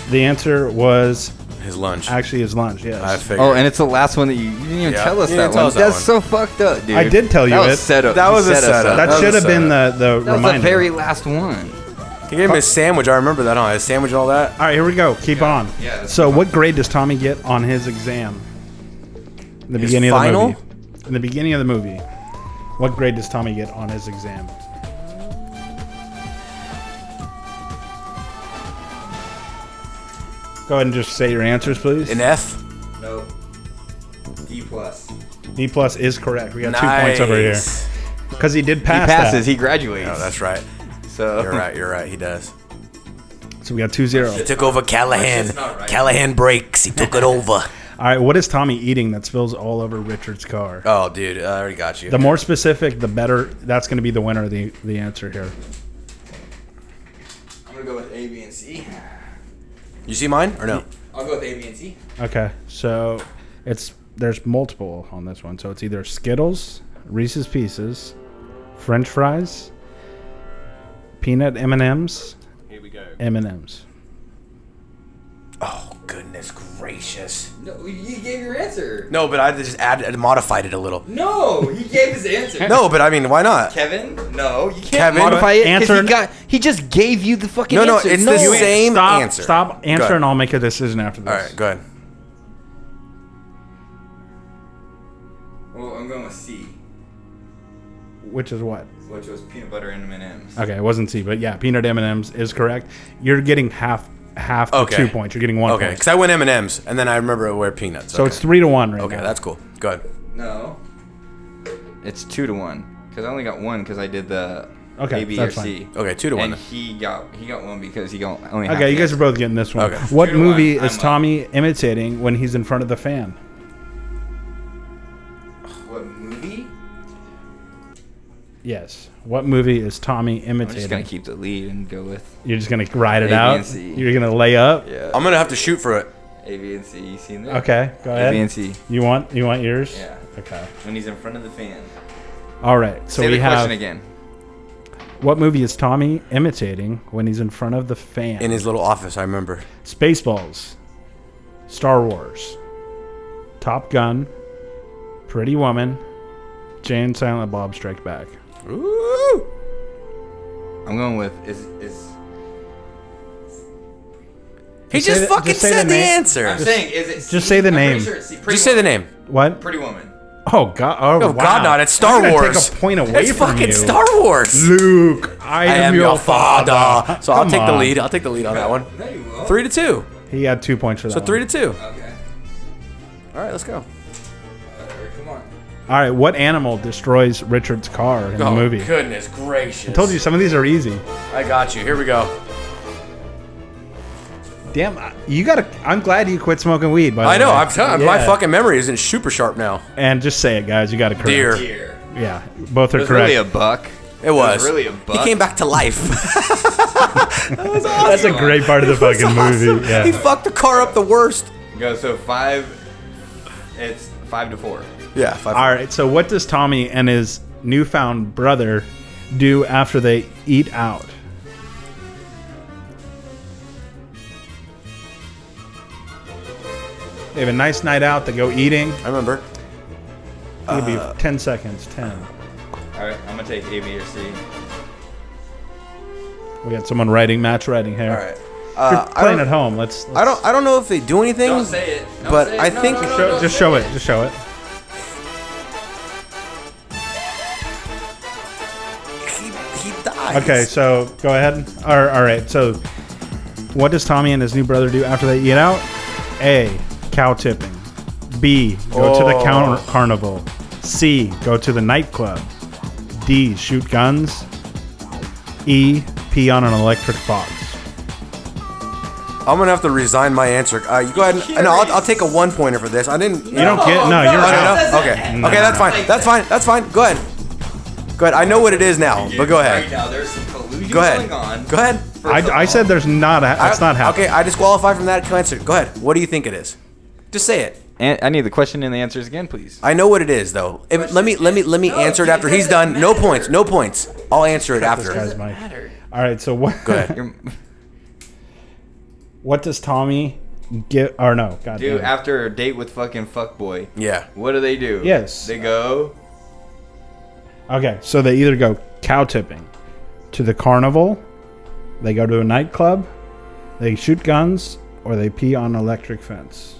The answer was his lunch. Actually, his lunch. Yes. I figured. Oh, and it's the last one that you, you didn't even Yeah. tell us You that didn't one. tell us that That's so fucked up, dude. I did tell you that it. Was set up. That You was a set us setup. up. That should was a have been setup. the- that the Was reminder. the very last one. He gave him his sandwich. I remember that, huh? His sandwich and all that. All right, here we go. Keep on. Yeah, that's so, what grade does Tommy get on his exam? In the His beginning final? of the movie. In the beginning of the movie, what grade does Tommy get on his exam? Go ahead and just say your answers, please. An F. No. D plus. D plus is correct. We got two points over here Nice. because he did pass. he passes. That. He graduates. No, that's right. So You're right. You're right. He does. so we got two zero. He took over Callahan. It's not right. Callahan breaks. He took it over. All right, what is Tommy eating that spills all over Richard's car? *laughs* Oh, dude, I already got you. The more specific, the better. That's going to be the winner. of The the answer here. I'm gonna go with A, B, and C. you see mine or no? I'll go with A, B, and C. Okay, so it's there's multiple on this one. So it's either Skittles, Reese's Pieces, French fries, peanut M and M's. Here we go. M and M's. Oh goodness gracious. No, you gave your answer. No, but I just added, modified it a little. No, he gave his answer. No, but I mean, why not? Kevin, no, you can't Kevin, modify it. 'cause answer- He, got, he just gave you the fucking No, no, answer. it's the same Stop. answer. Stop Go ahead. answering. I'll make a decision after this. All right, go ahead. Well, I'm going with C, Which is what? which was peanut butter and M&Ms. Okay, it wasn't C, but yeah, peanut M and M's is correct. You're getting half half the Okay. two points. You're getting one Okay, point. because I went M and M's, and then I remember where peanuts. So okay. it's three to one right okay, now. that's cool. Go ahead. No, it's two to one because I only got one because I did the Okay, A, B, that's or fine. C. Okay, two to one And then. he got he got one because he got only. half Okay, you the guys are both getting this one. Okay. What Two to movie one, is I'm up. Tommy imitating when he's in front of the fan? answer. What movie? Yes. What movie is Tommy I'm just imitating? gonna keep the lead and go with You're just gonna ride it A, B, out. and C. You're gonna lay up. yeah. I'm gonna have to shoot for it. A, B, and C. You seen that? Okay, go A, ahead. B, and C. You want you want yours? Yeah. Okay. When he's in front of the fan. All right. So Say we the have question again. what movie is Tommy imitating when he's in front of the fan? In his little office, I remember. Spaceballs, Star Wars, Top Gun, Pretty Woman, Jane Silent Bob Strike Back. Ooh. I'm going with is is. He Just say just the- fucking just say said the the, name. answer. I'm saying is it? Just say the name. Sure it's C, Pretty just say the Woman. name. What? Pretty Woman. Oh God! Oh No, wow. God, not. It's Star I'm gonna Wars. Take a point away It's from fucking you. Star Wars. Luke, I, I am, your father. So I'll Come take the on. lead. I'll take the lead on that one. No, you won't. Three to two. He had two points for that. So three to two. Okay. All right, let's go. Alright, Come on. All right, what animal destroys Richard's car in oh, the movie? Goodness gracious! I told you some of these are easy. I got you. Here we go. Damn, I- you gotta. I'm glad you quit smoking weed. By the I know. way. I'm telling. My Yeah. fucking memory isn't super sharp now. And just say it, guys. You got to correct. Deer. Here. Yeah, both are It was correct. really a buck. It was. really a He buck. came back to life. That's a great part of the fucking Awesome. movie. Yeah. He fucked the car up the worst. Go so five. It's five to four. Yeah. Five. All right. So what does Tommy and his newfound brother do after they eat out? They have a nice night out. They go eating. I remember. It'll be ten seconds. Ten. All right, I'm gonna take A, B, or C. We got someone writing, match writing here. All right. You're Uh, I playing don't- at home. Let's. I don't. I don't know if they do anything. Don't say it. Don't But say it. I No, think- no, no, Show- don't just say show it. Just show it. He, he dies. Okay, so go ahead. All- all right. So, what does Tommy and his new brother do after they eat out? A. Cow tipping. B. Go to the counter Oh. carnival. C. Go to the nightclub. D. Shoot guns. E. Pee on an electric box. I'm gonna have to resign my answer. Uh, you go ahead. And, no, I'll, I'll take a one pointer for this. I didn't. You don't get no. no, you're Oh, no, out. no. Okay. Okay, that's fine. That's fine. That's fine. Go ahead. Go ahead. I know what it is now, but go ahead. Right now, there's some collusion Go ahead. going on. Go ahead. I, I said there's not. A, that's I- not happening. Okay, I disqualify from that answer. Go ahead. What do you think it is? Just say it. And I need the question and the answers *laughs* again, please. I know what it is though. If, let me let me let me answer it after he's done. No points. No points. I'll answer it This after. guy's mic. All right, so what? Go ahead. What does Tommy get? Or no, God Dude, damn it. after a date with fucking fuckboy, Yeah. what do they do? Yes. They go. Okay, so they either go cow tipping to the carnival, they go to a nightclub, they shoot guns, or they pee on electric fence.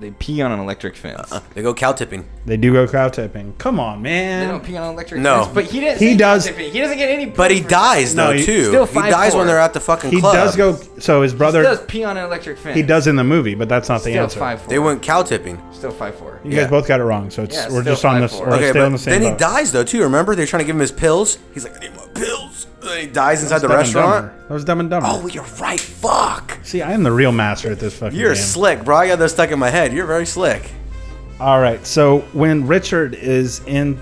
They pee on an electric fence. They go cow tipping. They do go cow tipping. Come on, They don't man. pee on an electric No. fence. But he didn't. He say does- He doesn't get any. But he points for that. dies No, though he- too. Still he dies 5'4". when they're at the fucking He club. does go. So his He brother. does pee on an electric fence. he does in the movie, but that's not the Still answer. five four. They went cow tipping. Still five four. You yeah. guys both got it wrong, so it's Yeah, we're still just on this. 5'4". We're Okay, still but in the same. then he boat. dies though too. Remember they're trying to give him his pills. He's like, I need my pills. And then he dies inside That the was Dumb and restaurant. Dumber. That was Dumb and Dumber. Oh, you're right. Fuck. See, I am the real master at this fucking You're game. slick, bro. I got that stuck in my head. You're very slick. All right. So when Richard is in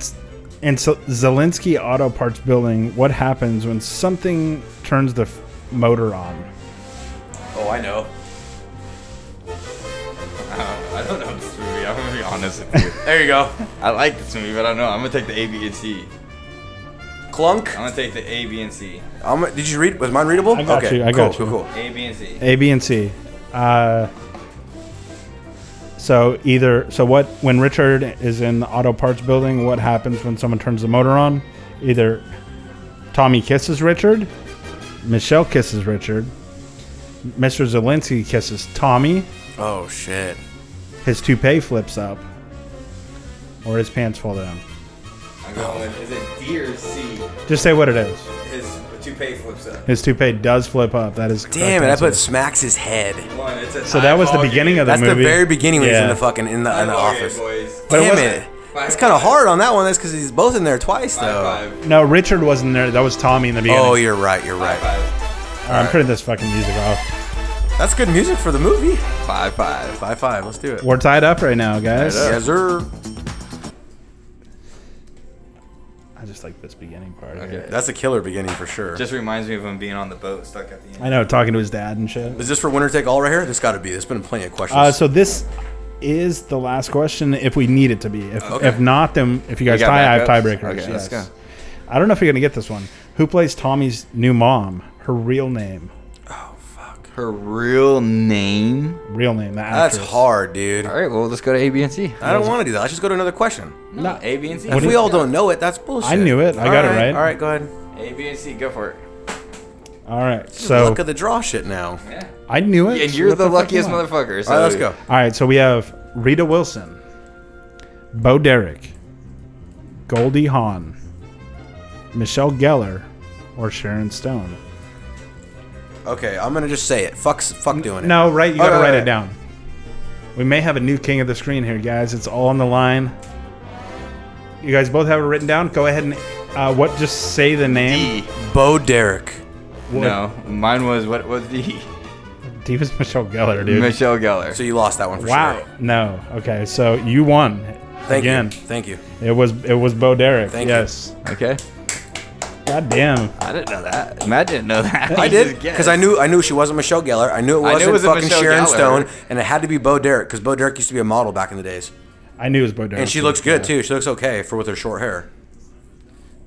in Z- Zelensky Auto Parts building, what happens when something turns the f- motor on? Oh, I know. I don't know this movie. I'm gonna be honest with you. There you go. I like this movie, but I don't know. I'm gonna take the A, B, and C. Clunk. I'm gonna take the A, B, and C. I'm, did you read? Was mine readable? I got okay. you, I got cool, you. Cool. Cool. A, B, and C. A, B, and C. Uh, so either so what when Richard is in the auto parts building, what happens when someone turns the motor on? Either Tommy kisses Richard, Michelle kisses Richard, Mr. Zelensky kisses Tommy, Oh shit. his toupee flips up, or his pants fall down. I'm going with is it D or C? Just say what it is. His toupee flips up. His toupee does flip up. That is correct Damn it! That answer. put smacks his head. One. It's a so that was the beginning of the That's movie. the very beginning when he's in Yeah. the fucking in the, in the office. boys. it Damn wasn't- it! It's kind of hard on that one. That's because he's both in there twice though. Five, five, No, Richard wasn't there. That was Tommy in the beginning. Oh, you're right. You're five, right. five, I'm turning this fucking music off. That's good music for the movie. five, five. Five five. Let's do it. We're tied up right now, guys. Yes, sir. I just like this beginning part. Okay. That's a killer beginning for sure. Just reminds me of him being on the boat stuck at the end. I know, talking to his dad and shit. Is this for winner take all right here? This got to be. There's been plenty of questions. Uh, so this is the last question if we need it to be. If, Okay. if not, then if you guys got tie, I have backups? tiebreakers. Okay, yes. let's go. I don't know if you're gonna get this one. Who plays Tommy's new mom? Her real name. Her real name. Real name. The That's actress. hard, dude. All right. Well, let's go to A, B, and C. I don't want to do that. Let's just go to another question. No, A, B, and C. If we all don't know it, that's bullshit. I knew it. I got it right. All right, go ahead. A, B, and C. Go for it. All right. So So luck of the draw shit now. All right, I knew it. And you're What the fuck you luckiest want? motherfucker. So let's go. All right, so we have Rita Wilson, Bo Derek, Goldie Hawn, Michelle Geller, or Sharon Stone. Okay, I'm gonna just say it. Fuck, fuck doing it. No, right? You All got right, to write all it right. down. We may have a new king of the screen here, guys. It's all on the line. You guys both have it written down. Go ahead and uh, what? Just say the name. D. Bo Derek. No, mine was what was D? D was Michelle Geller, dude. Michelle Geller. So you lost that one for wow. sure. No. Okay, so you won. Thank Again, you. Thank you. it was it was Bo Derek. Thank you. yes. Okay. God damn. I didn't know that. Matt didn't know that. I *laughs* He did just guessed. because I knew I knew she wasn't Michelle Geller. I knew it I knew it wasn't wasn't fucking Michelle Sharon Geller. Stone, and it had to be Bo Derek because Bo Derek used to be a model back in the days, I knew it was Bo Derek. and she looks good too. She looks okay for with her short hair.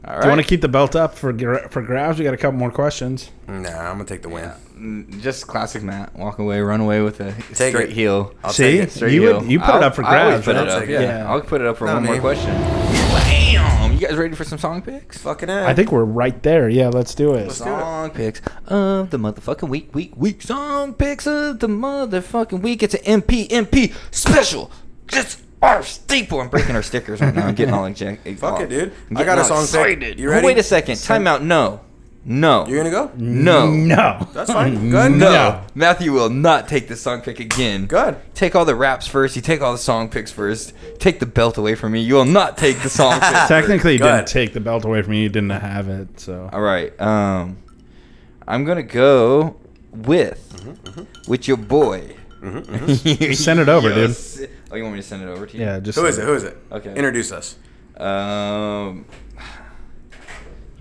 All Do you want right. to keep the belt up for gra- for grabs? We got a couple more questions. Nah, I'm gonna take the win. Just classic Matt. Walk away, run away with a Take straight it. heel. I'll See? take it. Straight You would- heel. you put it I'll- up for I always grabs, put right? it I'll up. take Yeah. it. Yeah. I'll put it up for Not one more me. question. Bam! You guys ready for some song picks? Fucking A. I think we're right there. Yeah, let's do it. do it. Song picks of the motherfucking week, week, week. Song picks of the motherfucking week. It's an MP, MP special. Just our staple. I'm breaking our stickers right now. I'm getting all ejected. *laughs* Fuck it, dude. I got a song pick. You ready? Wait a second. Timeout. No. No. You're gonna go? no. No. That's fine. Good. No. Matthew will not take the song pick again. Good. Take all the raps first. You take all the song picks first. Take the belt away from me. You will not take *laughs* the song pick. first. Technically, you Go ahead. didn't take the belt away from you. You didn't have it. So All right. Um, I'm gonna go with Mm-hmm, with your boy. send it over, dude. s- Oh, you want me to *laughs* send it over to you? Yeah, just Who is it? Who is it? Okay. Introduce us. Um,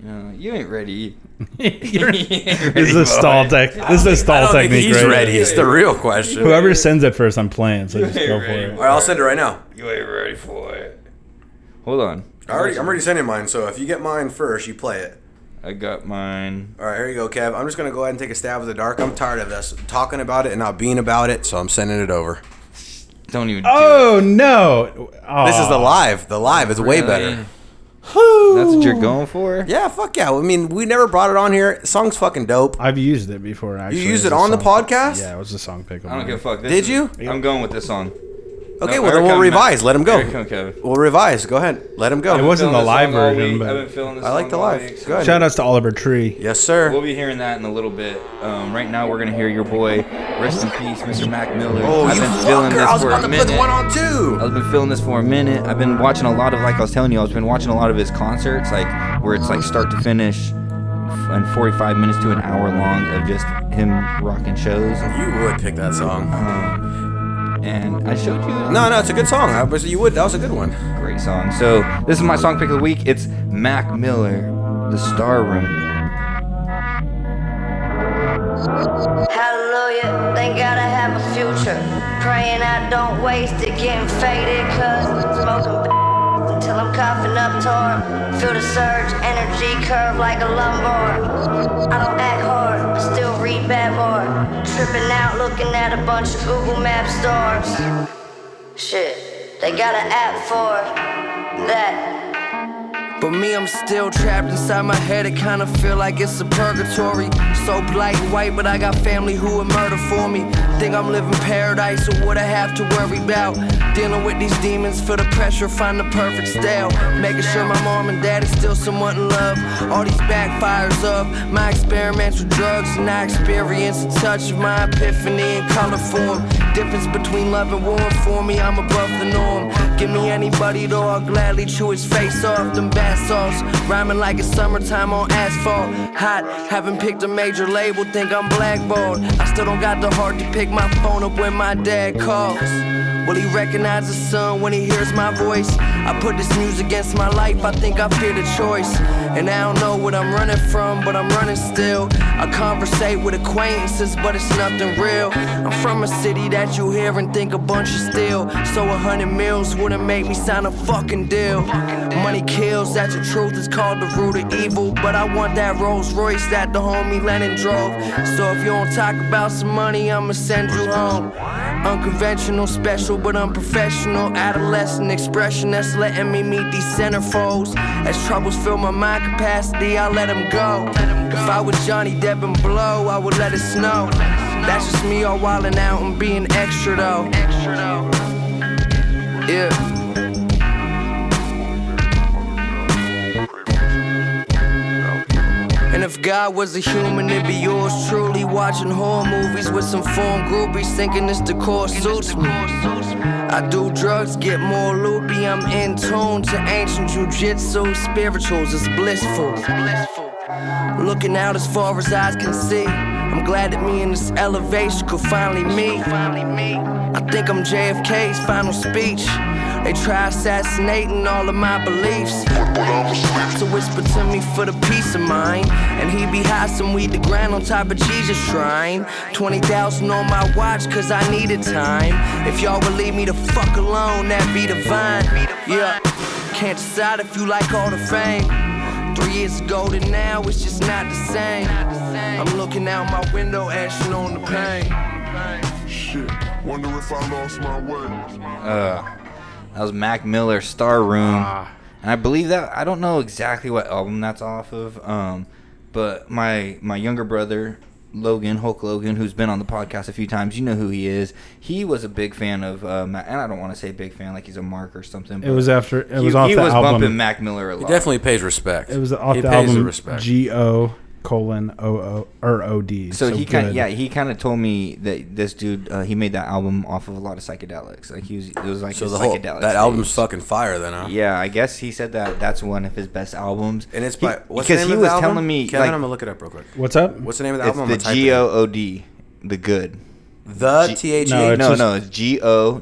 No, Um, *sighs* you ain't ready. *laughs* This *laughs* is a stall tech. This is a stall technique. he's right ready. It's the real question. Whoever sends it first, I'm playing. So just ain't go for ready. it. All right, I'll send it right now. You ain't ready for it. Hold on. I already, I'm already sending mine. So if you get mine first, you play it. I got mine. All right, here you go, Kev. I'm just gonna go ahead and take a stab at the dark. I'm tired of us talking about it and not being about it, so I'm sending it over. Don't even. Oh no! Oh, This is the Aw. live. The live is way better. That's what you're going for? Yeah, fuck yeah. I mean, we never brought it on here. Song's fucking dope. I've used it before. Actually, used as it a on the song pick. podcast? Yeah, it was a song pick. of I don't mine. give a fuck. This Did is- you? I'm going with this song. Okay, No, well here then we'll come- revise. Let him Here go. come Kevin. We'll revise. Go ahead. Let him go. It wasn't Feeling the this live song all version, week. but- I've been feeling this I like song the all live. week, so- Go ahead. Shout outs to Oliver Tree. Yes, sir. We'll be hearing that in a little bit. Um, right now, we're gonna hear your boy, rest in peace, Mr. Mac Miller. Oh, I've you been feeling fucker! this I was for about a to minute. put one on two. I've been feeling this for a minute. I've been watching a lot of, like I was telling you, I've been watching a lot of his concerts, like where it's like start to finish, and 45 minutes to an hour long of just him rocking shows. You would pick that song. And I showed you. No, no, it's a good song. I was, you would. That was a good one. Great song. So this is my song pick of the week. It's Mac Miller, The Star Room. Hallelujah, thank God I have a future. Praying I don't waste it, getting faded, cuz smoking b- until I'm coughing up tar. Feel the surge, energy curve like a lumbar. I don't act hard, I still read bad bar. Tripping out, looking at a bunch of Google Map stars. Shit, they got an app for that. But me, I'm still trapped inside my head. It kinda feel like it's a purgatory. So black, white, but I got family who would murder for me. Think I'm living paradise, or what I have to worry about. Dealing with these demons, feel the pressure, find the perfect style. Making sure my mom and dad is still somewhat in love. All these backfires of my experiments with drugs, and I experience a touch of my epiphany in color form. Difference between love and war for me, I'm above the norm. Give me anybody though, I'll gladly chew his face off. Them bath salts, rhyming like it's summertime on asphalt. Hot, haven't picked a major label, think I'm blackballed. I still don't got the heart to pick my phone up when my dad calls. Will he recognize the sun when he hears my voice? I put this news against my life, I think I fear the choice. And I don't know what I'm running from, but I'm running still. I conversate with acquaintances, but it's nothing real. I'm from a city that you hear and think a bunch of steel. So a hundred mils wouldn't make me sign a fucking deal. Money kills, that's the truth, it's called the root of evil. But I want that Rolls Royce that the homie Lennon drove. So if you don't talk about some money, I'ma send you home. Unconventional, special, but unprofessional. Adolescent expression that's letting me meet these centerfolds. As troubles fill my mind capacity, I let them go. If I was Johnny Depp and Blow, I would let it snow. That's just me all wildin' out and being extra though. Yeah. And if God was a human, it'd be yours truly. Watching horror movies with some foreign groupies, thinking this decor suits me. I do drugs, get more loopy. I'm in tune to ancient jujitsu, spirituals, it's blissful. Looking out as far as eyes can see. I'm glad that me in this elevation could finally meet. I think I'm JFK's final speech. They try assassinating all of my beliefs. To whisper to me for the peace of mind. And he be high some weed to grind on top of Jesus shrine. 20,000 on my watch, cause I needed time. If y'all would leave me the fuck alone, that'd be divine. Yeah, can't decide if you like all the fame. Three years ago to now, it's just not the same. I'm looking out my window, ashing on the pain. Shit, wonder if I lost my way. That was Mac Miller, Star Room. Ah. And I believe that I don't know exactly what album that's off of. Um, but my my younger brother Logan Hulk Logan, who's been on the podcast a few times, you know who he is. He was a big fan of uh, Mac, and I don't want to say big fan like he's a mark or something. It was after. It he, was off he the was album. bumping Mac Miller a He lot. definitely pays respect. It was off he the pays The album. respect. G O colon O O or O D. so, he kind of good. yeah he kind of told me that this dude uh, he made that album off of a lot of psychedelics. Like he was it was like so his the whole psychedelic that album's phase. fucking fire. Then huh? Yeah, I guess he said that that's one of his best albums. And it's He- by what's the because name he of was the album? telling me Kevin, like, I'm gonna look it up real quick. What's up? What's the name of the It's album? I'm gonna the type it in. G O O D, the good. The T H E. No, it's no, just- no, it's G O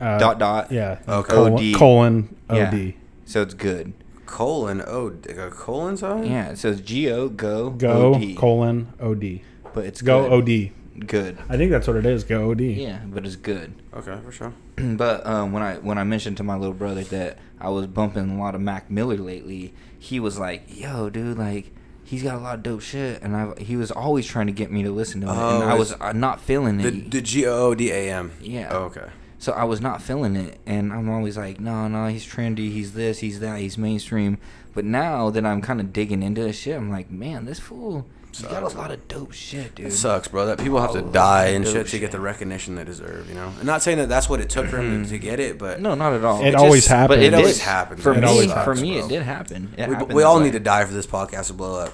Uh, dot dot. Yeah. Okay. Colon OD. colon O Yeah. D. So it's good. colon O a colon sign? Yeah, it says G O go Go OD. colon OD. But it's go good. OD. Good. I think that's what it is. Go OD. Yeah, but it's good. Okay, for sure. but um, when I when I mentioned to my little brother that I was bumping a lot of Mac Miller lately, he was like, "Yo, dude, like." He's got a lot of dope shit, and I, he was always trying to get me to listen to it, and Oh, I was it's- uh, not feeling it. The the G O O D A M. Oh, Yeah. okay. So I was not feeling it, and I'm always like, no, no, he's trendy, he's this, he's that, he's mainstream. But now that I'm kind of digging into this shit, I'm like, man, this fool, he got a lot of dope shit, dude. It sucks, bro. That people have A to lot die and of shit dope to get the recognition they deserve. You know, I'm not saying that that's what it took for him to- to get it, but No, not at all. It just- always But happened. it, It always did. happened. For man. me- It always for me, it did happen. It we happened we that all way. need to die for this podcast to blow up.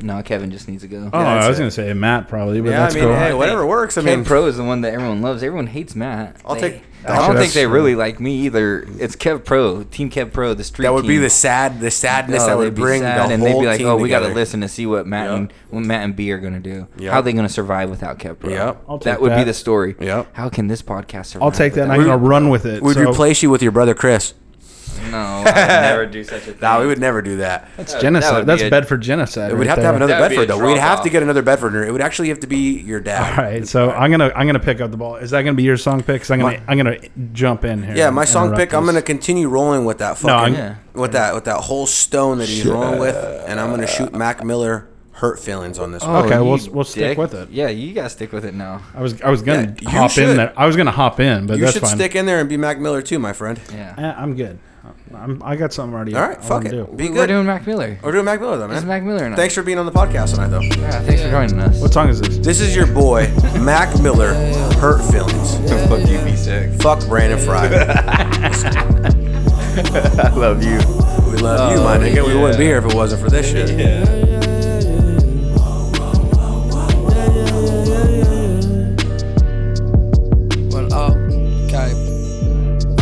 No, Kevin just needs to go. Oh, I was gonna say Matt probably, but Yeah, I that's mean, cool. hey, whatever works, I Kevin mean- Pro is the one that everyone loves. Everyone hates Matt. I'll They- take- I don't Actually, think they that's- really like me either. It's Kev Pro, Team Kev Pro, the street. That would be team. Oh, the sad- the sadness that they'd would be bring the and they'd whole be like, team "Oh, we got to together." listen to see what Matt and what Matt and B are gonna do. Yep. How are they gonna survive without Kev Pro? Yep. I'll That take would be that. the story. Yep. How can this podcast survive? I'll take that, and without I'm gonna Kev Pro? run with it. We'd so- replace you with your brother Chris. *laughs* No, I would never do such a thing. Nah, we would never do that. That's genocide. That's Bedford genocide. It would right have to have there. another Bedford though. We'd have to get another Bedforder. It would actually have to be your dad. All right, so I'm gonna I'm gonna pick up the ball. Is that gonna be your song pick? 'Cause I'm gonna I'm gonna jump in here. Yeah, my and song interrupt pick. I'm this. gonna continue rolling with that No, I'm- fucking with that with that whole stone that he's rolling with, and I'm gonna shoot Mac Miller hurt feelings on this. Oh, Okay, we'll- You we'll stick dick. with it. Yeah, you gotta stick with it now. I was I was gonna Yeah, you hop in should. there. I was gonna hop in, but you that's should fine. Eh, stick in there and be Mac Miller too, my friend. Yeah. I'm good. I'm, I got something already. All right, I fuck wanna it. do. Be good. We're doing Mac Miller. We're doing Mac Miller though, man. It's Mac Miller. and I. Thanks for being on the podcast tonight, though. Yeah, thanks for joining us. What song is this? This is your boy, Mac Miller. Hurt feelings. fuck you, be sick. Fuck Brandon Fry. *laughs* I love you. We love you, my Oh, nigga. We yeah. wouldn't be here if it wasn't for this shit. Well, okay.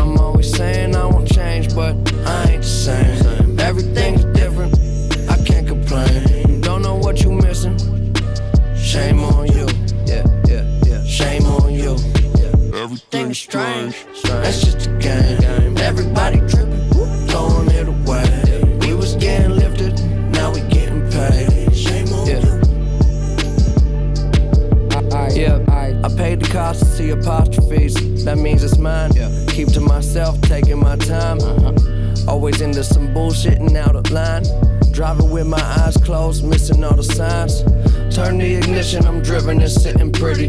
I'm always saying I won't change, but I ain't the same. Everything's different. I can't complain. Don't know what you missing. Shame on you. Yeah, yeah, yeah. Shame on you. Everything's strange. That's just a game. Everybody tripping, throwing it away. We was getting lifted, now we getting paid. Shame on you. I, yeah, I, I paid the cost to see apostrophes. That means it's mine. Keep to myself, taking my time. Always into some bullshit and out of line. Driving with my eyes closed, missing all the signs. Turn the ignition, I'm driven and sitting pretty.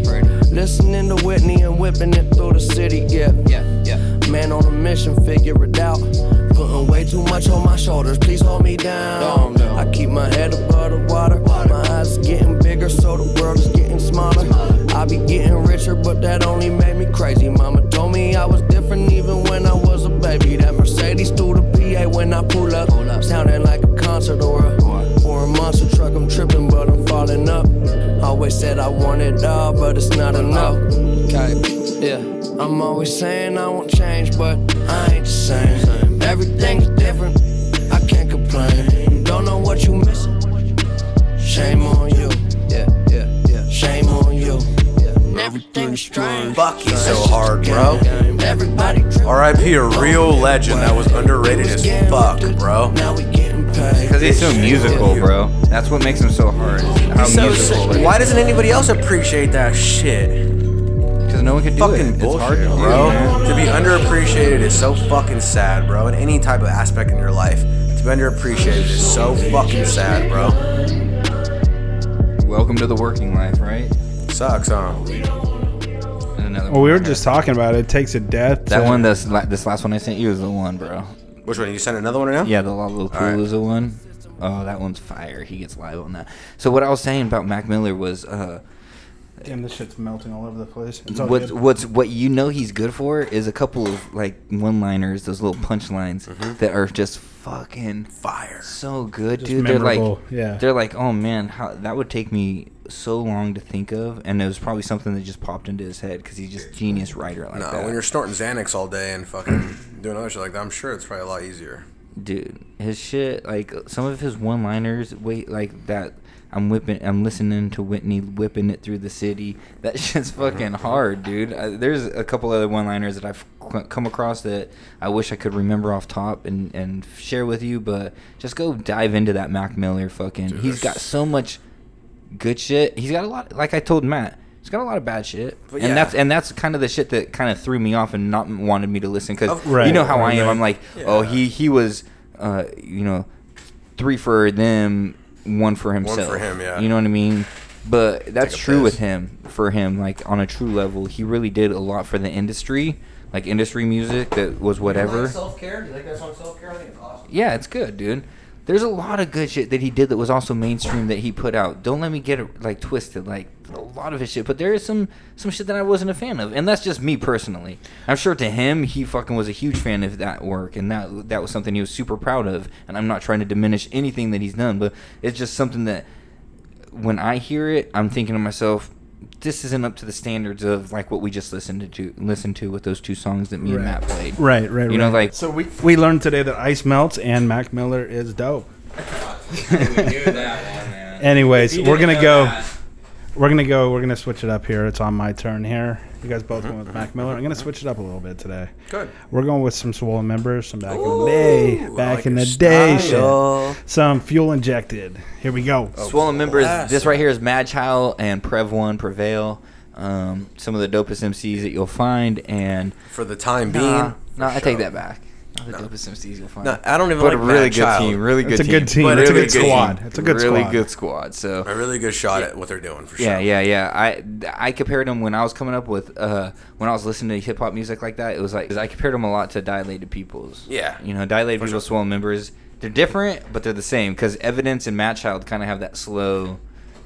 Listening to Whitney and whipping it through the city. Yeah, yeah, yeah. Man on a mission, figure it out. Putting way too much on my shoulders, please hold me down. I keep my head above the water. My eyes getting bigger, so the world is getting smaller. I be getting richer, but that only made me crazy. Mama told me I was different even when I was a baby. That Mercedes through the PA when I pull up. Sounding like a concert or a, or a monster truck. I'm tripping, but I'm falling up. Always said I want it all, but it's not enough. Okay, yeah. I'm always saying I won't change, but I ain't the same. Everything's different. I can't complain. Don't know what you missing. Shame on you. Yeah, yeah, yeah. Shame on you. Everything's strange. Fuck you so hard, bro. Everybody R.I.P. a real legend that was underrated as fuck, bro. Because he's so musical, bro. That's what makes him so hard. How He's so musical. sick. Why doesn't anybody else appreciate that shit? Because no one can do fucking it. It's bullshit, hard to do, bro. man. to be underappreciated is so fucking sad, bro. In any type of aspect in your life, to be underappreciated is so fucking sad, bro. Welcome to the working life, right? Sucks, huh? And another one. Well, we were just talking about it. takes a death. That to- one, this, la- this last one I sent you is the one, bro. Which one? You sent another one right now? Yeah, the Lollapalooza one. Oh, that one's fire. He gets live on that. So what I was saying about Mac Miller was, uh, Damn, this shit's melting all over the place. It's all what's good. what's what you know he's good for is a couple of like one-liners, those little punchlines that are just fucking fire, so good, Just dude. They're like, memorable, yeah. they're like, oh man, how that would take me so long to think of, and it was probably something that just popped into his head because he's just genius writer like No, that. when you're snorting Xanax all day and fucking doing other shit like that, I'm sure it's probably a lot easier. dude his shit like some of his one liners wait like that I'm whipping. I'm listening to Whitney whipping it through the city. That *laughs* shit's fucking hard, dude. I, there's a couple other one-liners that I've c- come across that I wish I could remember off top and and share with you, but just go dive into that Mac Miller fucking. Dude, he's there's- got so much good shit. He's got a lot. Like I told Matt, he's got a lot of bad shit, But yeah. and that's and that's kind of the shit that kind of threw me off and not wanted me to listen because Of- Right, you know how I am. right. I'm like, oh, he he was, uh, you know, three for them, one for himself. him, yeah. You know what I mean? But that's Take a true with piss. him. For him, like on a true level, he really did a lot for the industry, like industry music that was whatever. Self care. You like that song Self Care? I think it's awesome. Yeah, it's good, dude. There's a lot of good shit that he did that was also mainstream that he put out. Don't let me get it like twisted, like a lot of his shit. But there is some some shit that I wasn't a fan of, and that's just me personally. I'm sure to him, he fucking was a huge fan of that work, and that that was something he was super proud of. And I'm not trying to diminish anything that he's done, but it's just something that when I hear it, I'm thinking to myself, this isn't up to the standards of like what we just listened to listened to with those two songs that me and Matt played. Right, right, You know, right. like so we we learned today that ice melts and Mac Miller is dope. Anyways, If you we're didn't know gonna go. that. We're gonna go. We're gonna switch it up here. It's on my turn here. You guys both went with Mac Miller. I'm gonna switch it up a little bit today. Good. We're going with some swollen members, some back in the day, I back like in your the day, style. shit. some fuel injected. Here we go. Swollen members. blast. This right here is Madge Howell and Prev One Prevail. Um, some of the dopest MCs that you'll find, and for the time Nah, being, nah, for I take sure. that back. Not the dopest MCs you'll find. No, I don't even like But a really Mad good Child. team. Really good It's a team. good team. But It's a really good squad. team. It's a good really squad. good squad. So a really good shot at what they're doing for yeah, sure. yeah, yeah. I I compared them when I was coming up with uh when I was listening to hip hop music like that. It was like 'cause I compared them a lot to Dilated Peoples. Yeah. you know, Dilated Peoples, Swollen Members. They're different, but they're the same because Evidence and Mad Child kind of have that slow.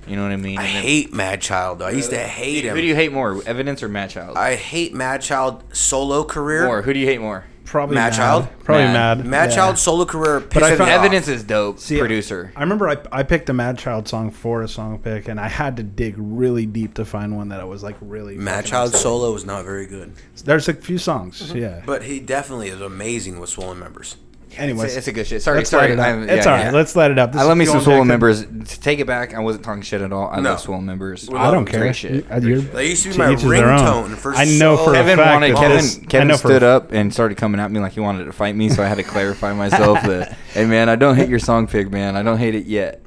You know what I mean? I And then- hate Mad Child though. I used to hate him. Who do you hate more, Evidence or Mad Child? I hate Mad Child solo career. more. Who do you hate more? Probably Mad mad. Child? Probably Mad. mad. Mad Child solo career. But I pisses found- me off. Evidence is dope. See, producer. I remember I, I picked a Mad Child song for a song pick, and I had to dig really deep to find one that I was like really. Mad fucking Child excited. solo is not very good. There's a few songs, Mm-hmm. yeah. But he definitely is amazing with swollen members. Anyways, it's a, it's a good shit. Sorry, let's sorry. light it up. I'm- it's yeah, all right. yeah. Let's light it up. I love me is some Fuel Swole Injected. members. To take it back, I wasn't talking shit at all. I No. love Swole members. We're I don't care. Great shit. You- uh, you're- That used to be to my each his their own. ringtone for I know so for Kevin a fact wanted that Kevin. this- I Kevin know for a stood up and started coming at me like he wanted to fight me, so I had to clarify myself *laughs* that, hey man, I don't hate your song pig, man. I don't hate it yet.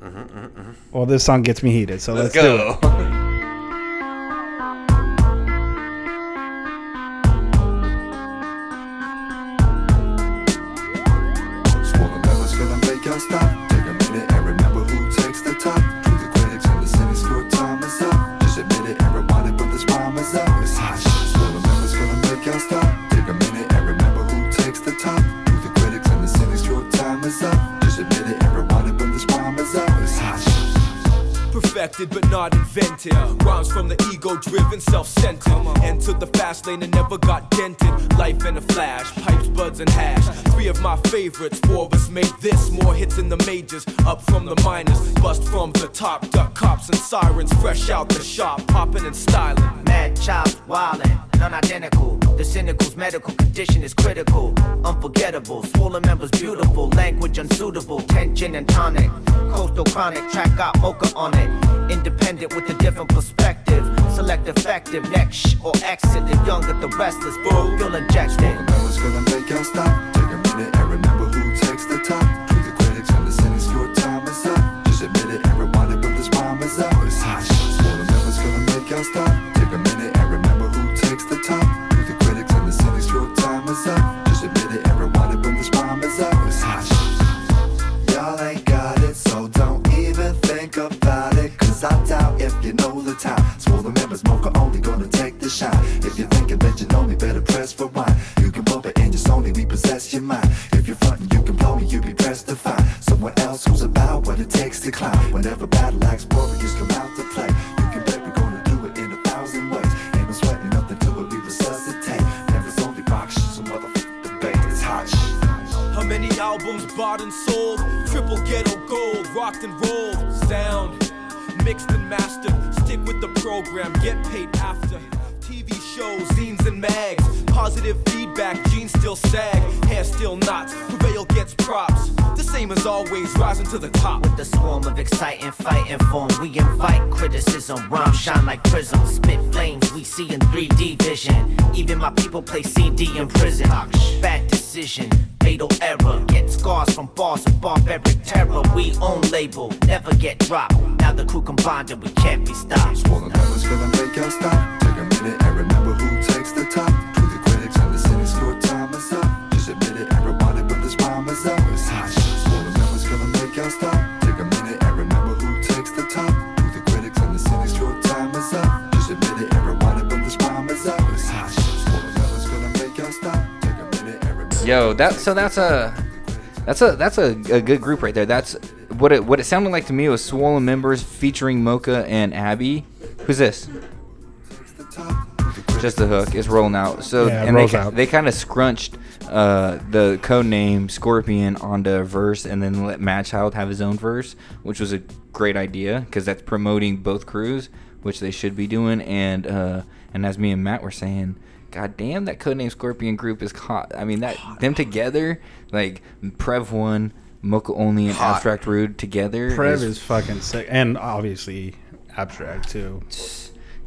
Well, this song gets me heated, so let's, do it. Swollen members feeling they can't stop. Take a minute and remember who takes the top. To the critics and the cynics, your time is up. Just admit it and rewind it, but this rhyme is up. It's hot shit. Swollen members feeling they can't stop. Take a minute and remember who takes the top. To the critics and the cynics, your time is up. Just admit it and rewind it, but this rhyme is up. It's hot shit. Perfected but not invented. Rhymes from the ego driven, self centered. Entered the fast lane and never got dented. Life in a flash, pipes, buds, and hash. Three of my favorites, four of us made this. More hits in the majors, up from the minors. Bust from the top, duck cops and sirens. Fresh out the shop, popping and styling. Mad chops, wildin', non-identical. The cynical's medical condition is critical, unforgettable. Swollen members beautiful, language unsuitable, tension and tonic. Coastal chronic, track got mocha on it. Independent with a different perspective. Select effective, next sh- or exit. The young at the restless, bro, feel injected. Members feeling they can't stop. Take a minute and remember who takes the top. To the critics and the cynics, your time is up. Just admit it and rewind it, but this rhyme is up. It's hot shit. Swollen members feeling they can't stop. Take a minute and remember who takes the top. To the critics and the cynics, your time is up. Just admit it and rewind it, but this rhyme is up. It's hot shit. Y'all ain't got it, so don't even think about it. Cause I doubt if you know the time. Swollen members, mocha only gonna take the shot. If you're thinking that you know me, better press for wine. You can bump it and just only we possess your mind. If you're frontin', you can blow me, you be pressed to find someone else who's about what it takes to climb. Whenever battle axe warriors come out to play, you can bet we're gonna do it in a thousand ways. Ain't no sweating nothing to it, we resuscitate. Members only rock shit, so motherfucker debate. It's hot shit. How many albums bought and sold? Triple ghetto gold, rocked and rolled. Sound mixed and mastered. Stick with the program, get paid after. TV shows, zines and mags. Positive feedback, jeans still sag, hair still knots. Prevail gets props. The same as always, rising to the top. With the swarm of exciting fighting form, we invite criticism. Rhymes shine like prism, spit flames we see in 3D vision. Even my people play CD in prison. Bad decision, fatal error. Get scars from bars of barbaric terror. We own label, never get dropped. Now the crew combined and we can't be stopped. Swollen melons gonna make y'all stop. Take a minute and remember who takes the top. To the critics and the cynics, your time is up. Just admit it and rewind it, but this rhyme is out. It's hot shit. Swollen melons gonna make y'all stop. Take a minute and remember who takes the top. To the critics and the cynics, your time is up. Just admit it and rewind it, but this rhyme is out. It's hot shit. Swollen melons gonna make y'all stop. Take a minute and remember. Yo, that so that's a that's a that's a, a good group right there. That's what it what it sounded like to me was Swollen members featuring Mocha and Abby. Who's this? Just the hook. It's rolling out. So Yeah, it and they rolls ki- out. they kind of scrunched uh, the code name Scorpion onto a verse and then let Matchchild have his own verse, which was a great idea because that's promoting both crews, which they should be doing. And uh, and as me and Matt were saying, God damn, that Codename Scorpion group is hot. I mean, that them together, like Prev One, Mocha Only, and Hot. Abstract Rude together. Prev is fucking sick, and obviously abstract too.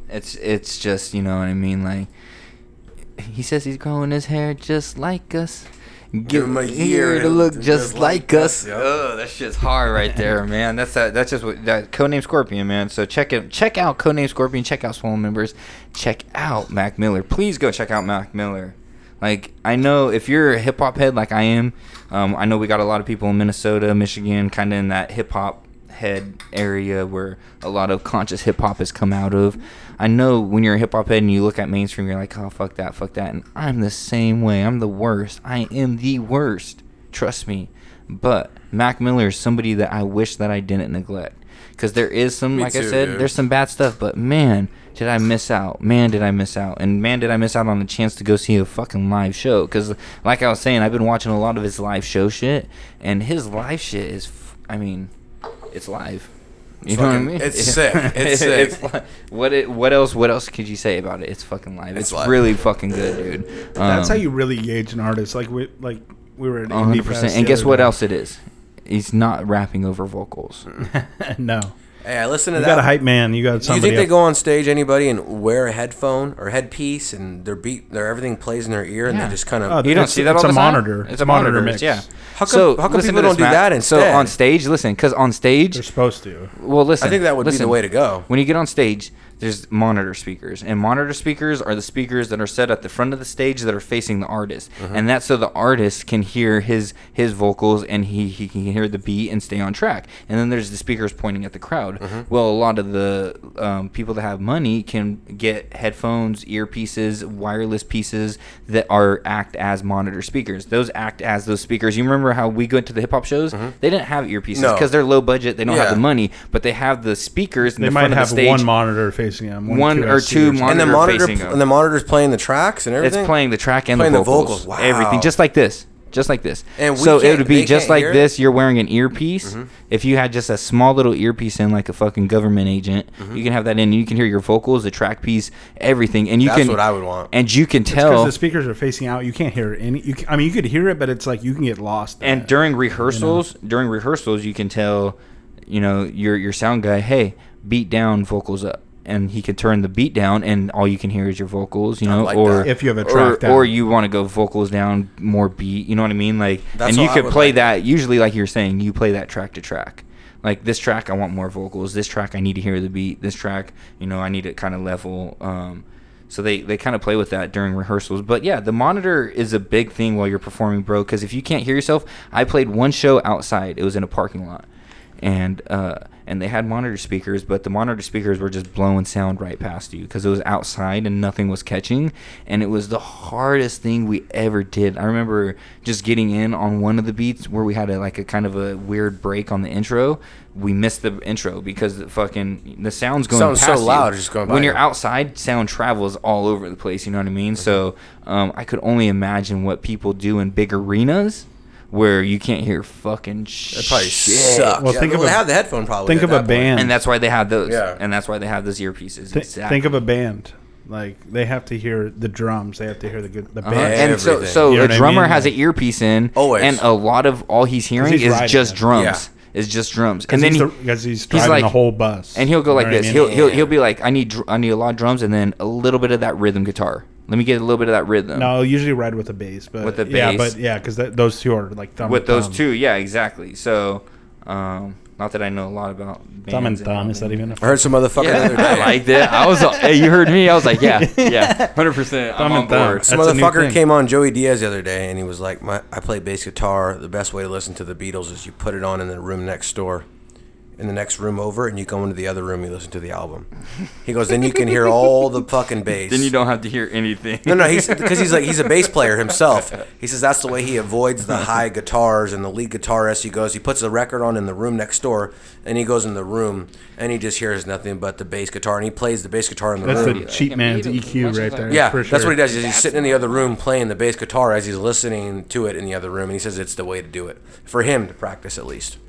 It's it's just you know what I mean. Like he says he's growing his hair just like us. Give, him a year to look just like us. Yep. Ugh, that shit's hard right there, man. That's that. That's just what that codename Scorpion, man. So check it. Check out codename Scorpion. Check out Swollen members. Check out Mac Miller. Please go check out Mac Miller. Like I know if you're a hip hop head like I am, um, I know we got a lot of people in Minnesota, Michigan, kind of in that hip hop head area where a lot of conscious hip hop has come out of. I know when you're a hip hop head and you look at mainstream, you're like, oh fuck that, fuck that, and I'm the same way. I'm the worst. I am the worst. Trust me. But Mac Miller is somebody that I wish that I didn't neglect because there is some, Me like I too, said, dude. there's some bad stuff. But man, did I miss out? Man, did I miss out? And man, did I miss out on a chance to go see a fucking live show? Because like I was saying, I've been watching a lot of his live show shit, and his live shit is, f- I mean, it's live. You know what I Fucking- mean? *laughs* it's sick. It's sick. li- what it, what else what else could you say about it? It's fucking live. It's, It's live. really fucking good, dude. That's Um, how you really gauge an artist. Like we like we were at one Indie hundred percent. Fest And the guess other what day. else it is? He's not rapping over vocals. *laughs* no. Hey, I listen to You that. got a hype man. You got Do you somebody. think they else. go on stage anybody and wear a headphone or headpiece and their beat, their everything plays in their ear and Yeah. they just kind of Oh, You don't it's- see that it's all a the time? monitor. It's a monitor, mix. Yeah. How come, So, how come listen people to this, don't do Matt. that instead? So on stage, listen, because on stage They're supposed to. Well, listen. I think that would be the listen. way to go. When you get on stage, there's monitor speakers, and monitor speakers are the speakers that are set at the front of the stage that are facing the artist, Mm-hmm. and that's so the artist can hear his his vocals and he he can hear the beat and stay on track. And then there's the speakers pointing at the crowd. Mm-hmm. Well, a lot of the um, people that have money can get headphones, earpieces, wireless pieces that are act as monitor speakers. Those act as those speakers. You remember how we go to the hip hop shows? They didn't have earpieces Mm-hmm. No. because they're low budget. They don't have Yeah. the money, but they have the speakers in They the might front of have the stage. one monitor facing them. One or QSC two something. mon- and the monitor monitor facing 'em. and the monitor's playing the tracks and everything. It's playing the track and Playing the vocals, Wow. everything, just like this, just like this. And we so it can't- would be they just can't like hear it? this. You're wearing an earpiece. Mhm. If you had just a small little earpiece in, like a fucking government agent, Mm-hmm. you can have that in. and You can hear your vocals, the track piece, everything, and you That's can. what I would want. And you can because tell. the speakers are facing out. You can't hear any. You can, I mean, you could hear it, but it's like you can get lost. in and it. during rehearsals, during rehearsals, you can tell, you know, your your sound guy, hey, beat down, vocals up, and he can turn the beat down, and all you can hear is your vocals, you I know, like or that. If you have a or, track down. or you want to go vocals down, more beat, you know what I mean, like, That's and you what I could would play like. that. Usually, like you're saying, you play that track to track. Like this track, I want more vocals. This track, I need to hear the beat. This track, you know, I need it kind of level. Um, so they, they kind of play with that during rehearsals. But yeah, the monitor is a big thing while you're performing, bro. Because if you can't hear yourself, I played one show outside. It was in a parking lot, and uh, and they had monitor speakers, but the monitor speakers were just blowing sound right past you because it was outside and nothing was catching. And it was the hardest thing we ever did. I remember just getting in on one of the beats where we had a, like a kind of a weird break on the intro. We missed the intro because the fucking the sound's going Sounds so past you. loud, it's just going by when you. you're outside, sound travels all over the place. You know what I mean? So Mm-hmm. um, I could only imagine what people do in big arenas where you can't hear fucking shit. That probably sucks. Well, Yeah, think well, of they a- have the headphone probably. think at of a that point. band. And that's why they have those. Yeah. And that's why they have those earpieces. Thi- exactly. Think of a band Like they have to hear the drums, they have to hear the good, the Uh-huh. band, And so, so the drummer has an earpiece in, Always. and a lot of all he's hearing he's is riding just it. drums. Is just drums, 'Cause and then he's he- the- 'cause he's driving the whole bus. and he'll go You like know what I this. mean? He'll he'll Yeah. he'll be like, I need dr- I need a lot of drums, and then a little bit of that rhythm guitar. Let me get a little bit of that rhythm. No, I'll usually ride with the bass, but With the yeah, bass. but yeah, because those two are like thumb with to those thumb. two, yeah, exactly. So, um, not that I know a lot about bands Thumb and thumb, is that even? A fucking- Yeah, *laughs* *laughs* I liked it. I was, hey, you heard me. I was like, yeah, yeah, hundred percent. I'm on board. This motherfucker came on Joey Diaz the other day and he was like, "My, I play bass guitar. The best way to listen to the Beatles is you put it on in the room next door, in the next room over, and you go into the other room. You listen to the album." He goes, "Then you can hear all the *laughs* fucking bass." Then you don't have to hear anything. No, no, he's because he's like he's a bass player himself. He says that's the way he avoids the high guitars and the lead guitarist. He goes, he puts the record on in the room next door, and he goes in the room and he just hears nothing but the bass guitar, and he plays the bass guitar in the That's room. the cheap man's EQ right there. Yeah, for that's sure. what he does. Is he's sitting in the other room playing the bass guitar as he's listening to it in the other room, and he says it's the way to do it for him to practice at least.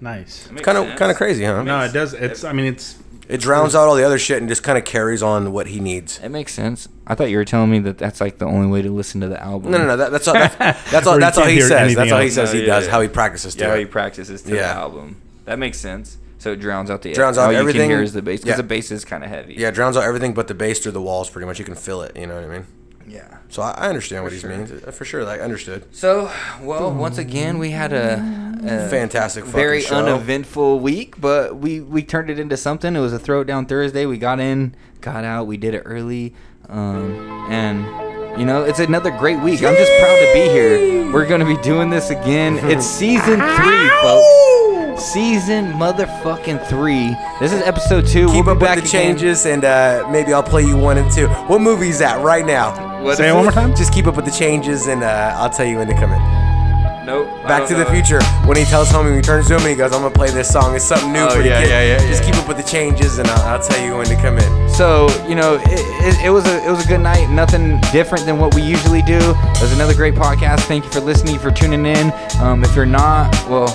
Nice. It's kind of kind of crazy, huh? No, it does. It's. I mean, it's. It drowns out all the other shit and just kind of carries on what he needs. It makes sense. I thought you were telling me that that's like the only way to listen to the album. No, no, no. That, that's all. That's, that's all. Where you That's all can't he hear says. anything That's all he else. says. No, he yeah, does. yeah. How he practices to yeah, it. how he practices to the Yeah. album. That makes sense. So it drowns out the Drowns all out you everything. Can hear is the bass because Yeah. the bass is kind of heavy. Yeah, drowns out everything but the bass through the walls. Pretty much, you can feel it. You know what I mean? Yeah. So I, I understand what For he sure. means Uh, for sure. Like understood. So, well, once again, we had a, a Fantastic fucking very show. uneventful week, but we we turned it into something. It was a throw it down Thursday. We got in, got out. We did it early, um, and you know it's another great week. I'm just proud to be here. We're gonna be doing *laughs* this again. It's season three, folks. Season motherfucking three. This is episode two. Keep we'll up be back with the changes, and uh, maybe I'll play you one and two. What movie's that right now? What Say is it one it? more time. Just keep up with the changes, and uh, I'll tell you when to come in. Again. Nope. I Back don't to the know. Future. When he tells homie, he turns to him, and he goes, "I'm gonna play this song. It's something new Oh, for the yeah, kid. yeah, yeah, Just yeah. keep up with the changes, and I'll, I'll tell you when to come in." So you know, it, it, it was a it was a good night. Nothing different than what we usually do. It was another great podcast. Thank you for listening, for tuning in. Um, if you're not, well,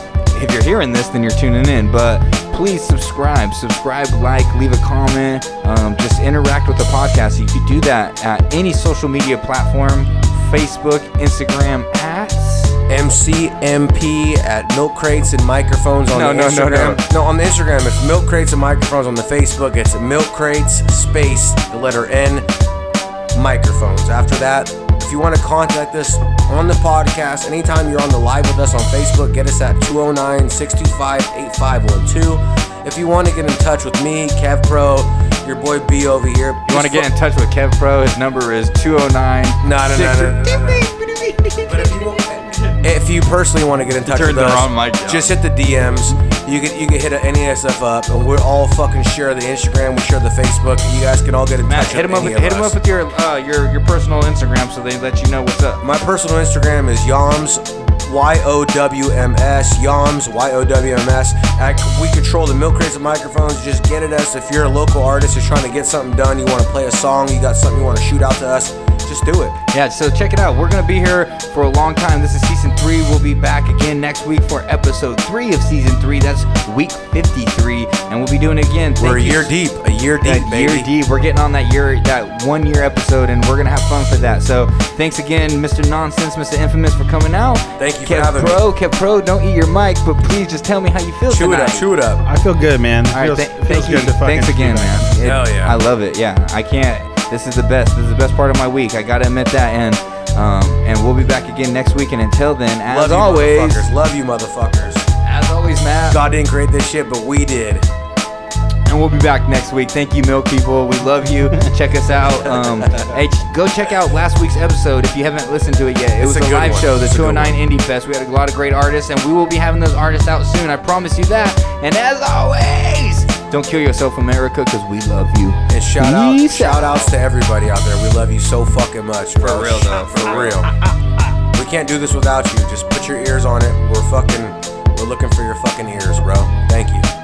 if you're hearing this, then you're tuning in. But please subscribe, subscribe, like, leave a comment, um, just interact with the podcast. You could do that at any social media platform: Facebook, Instagram, at MCMP at Milk Crates and Microphones on No, the no, no, Instagram. no. on the Instagram it's Milk Crates and Microphones. On the Facebook it's Milk Crates space the letter N microphones. After that, if you want to contact us on the podcast, anytime you're on the live with us on Facebook, get us at 209 625 8512. If you want to get in touch with me, Kev Pro, your boy B over here, You want to get in touch with Kev Pro? His number is 209. No, no, no, no, no, no, no. If you personally want to get in touch turned with us, the wrong mic down. just hit the DMs. You can you can hit any of us up, and we're all fucking share the Instagram, we share the Facebook. You guys can all get in Matt, touch. hit him with up. any With, of hit him us. up with your uh, your your personal Instagram so they let you know what's up. My personal Instagram is Yoms. Y O W M S, Yoms, Y O W M S. At- We control the milk crates and microphones. Just get at us. If you're a local artist, you're trying to get something done, you want to play a song, you got something you want to shoot out to us, just do it. Yeah, so check it out. We're gonna be here for a long time. This is season three. We'll be back again next week for episode three of season three. That's week fifty-three, and we'll be doing it again. Thank We're a you year s- deep, a year that deep, baby. year deep. We're getting on that year, that one year episode, and we're gonna have fun for that. So thanks again, Mr. Nonsense, Mr. Infamous, for coming out. Thank you for Kev having me. Pro, Kev Pro, don't eat your mic, but please just tell me how you feel Chew it tonight. up, chew it up. I feel good, man. It All right, feels, th- feels thank you. good to fucking Thanks be again, back. man. It- Hell yeah. I love it. Yeah, I can't. This is the best. This is the best part of my week. I gotta admit that. And um, and we'll be back again next week. And until then, as Love you, always, motherfuckers. Love you, motherfuckers. as always, Matt. God didn't create this shit, but we did. And we'll be back next week. Thank you, Milk People. We love you. *laughs* check us out. Um, hey, ch- go check out last week's episode if you haven't listened to it yet. It It's was a a, good live one. show, the It's a good 209 Indie Fest. We had a lot of great artists, and we will be having those artists out soon. I promise you that. And as always, don't kill yourself, America, because we love you. And shout out, shout outs to everybody out there. We love you so fucking much, bro. For real, though. For real. We can't do this without you. Just put your ears on it. We're fucking, we're looking for your fucking ears, bro. Thank you.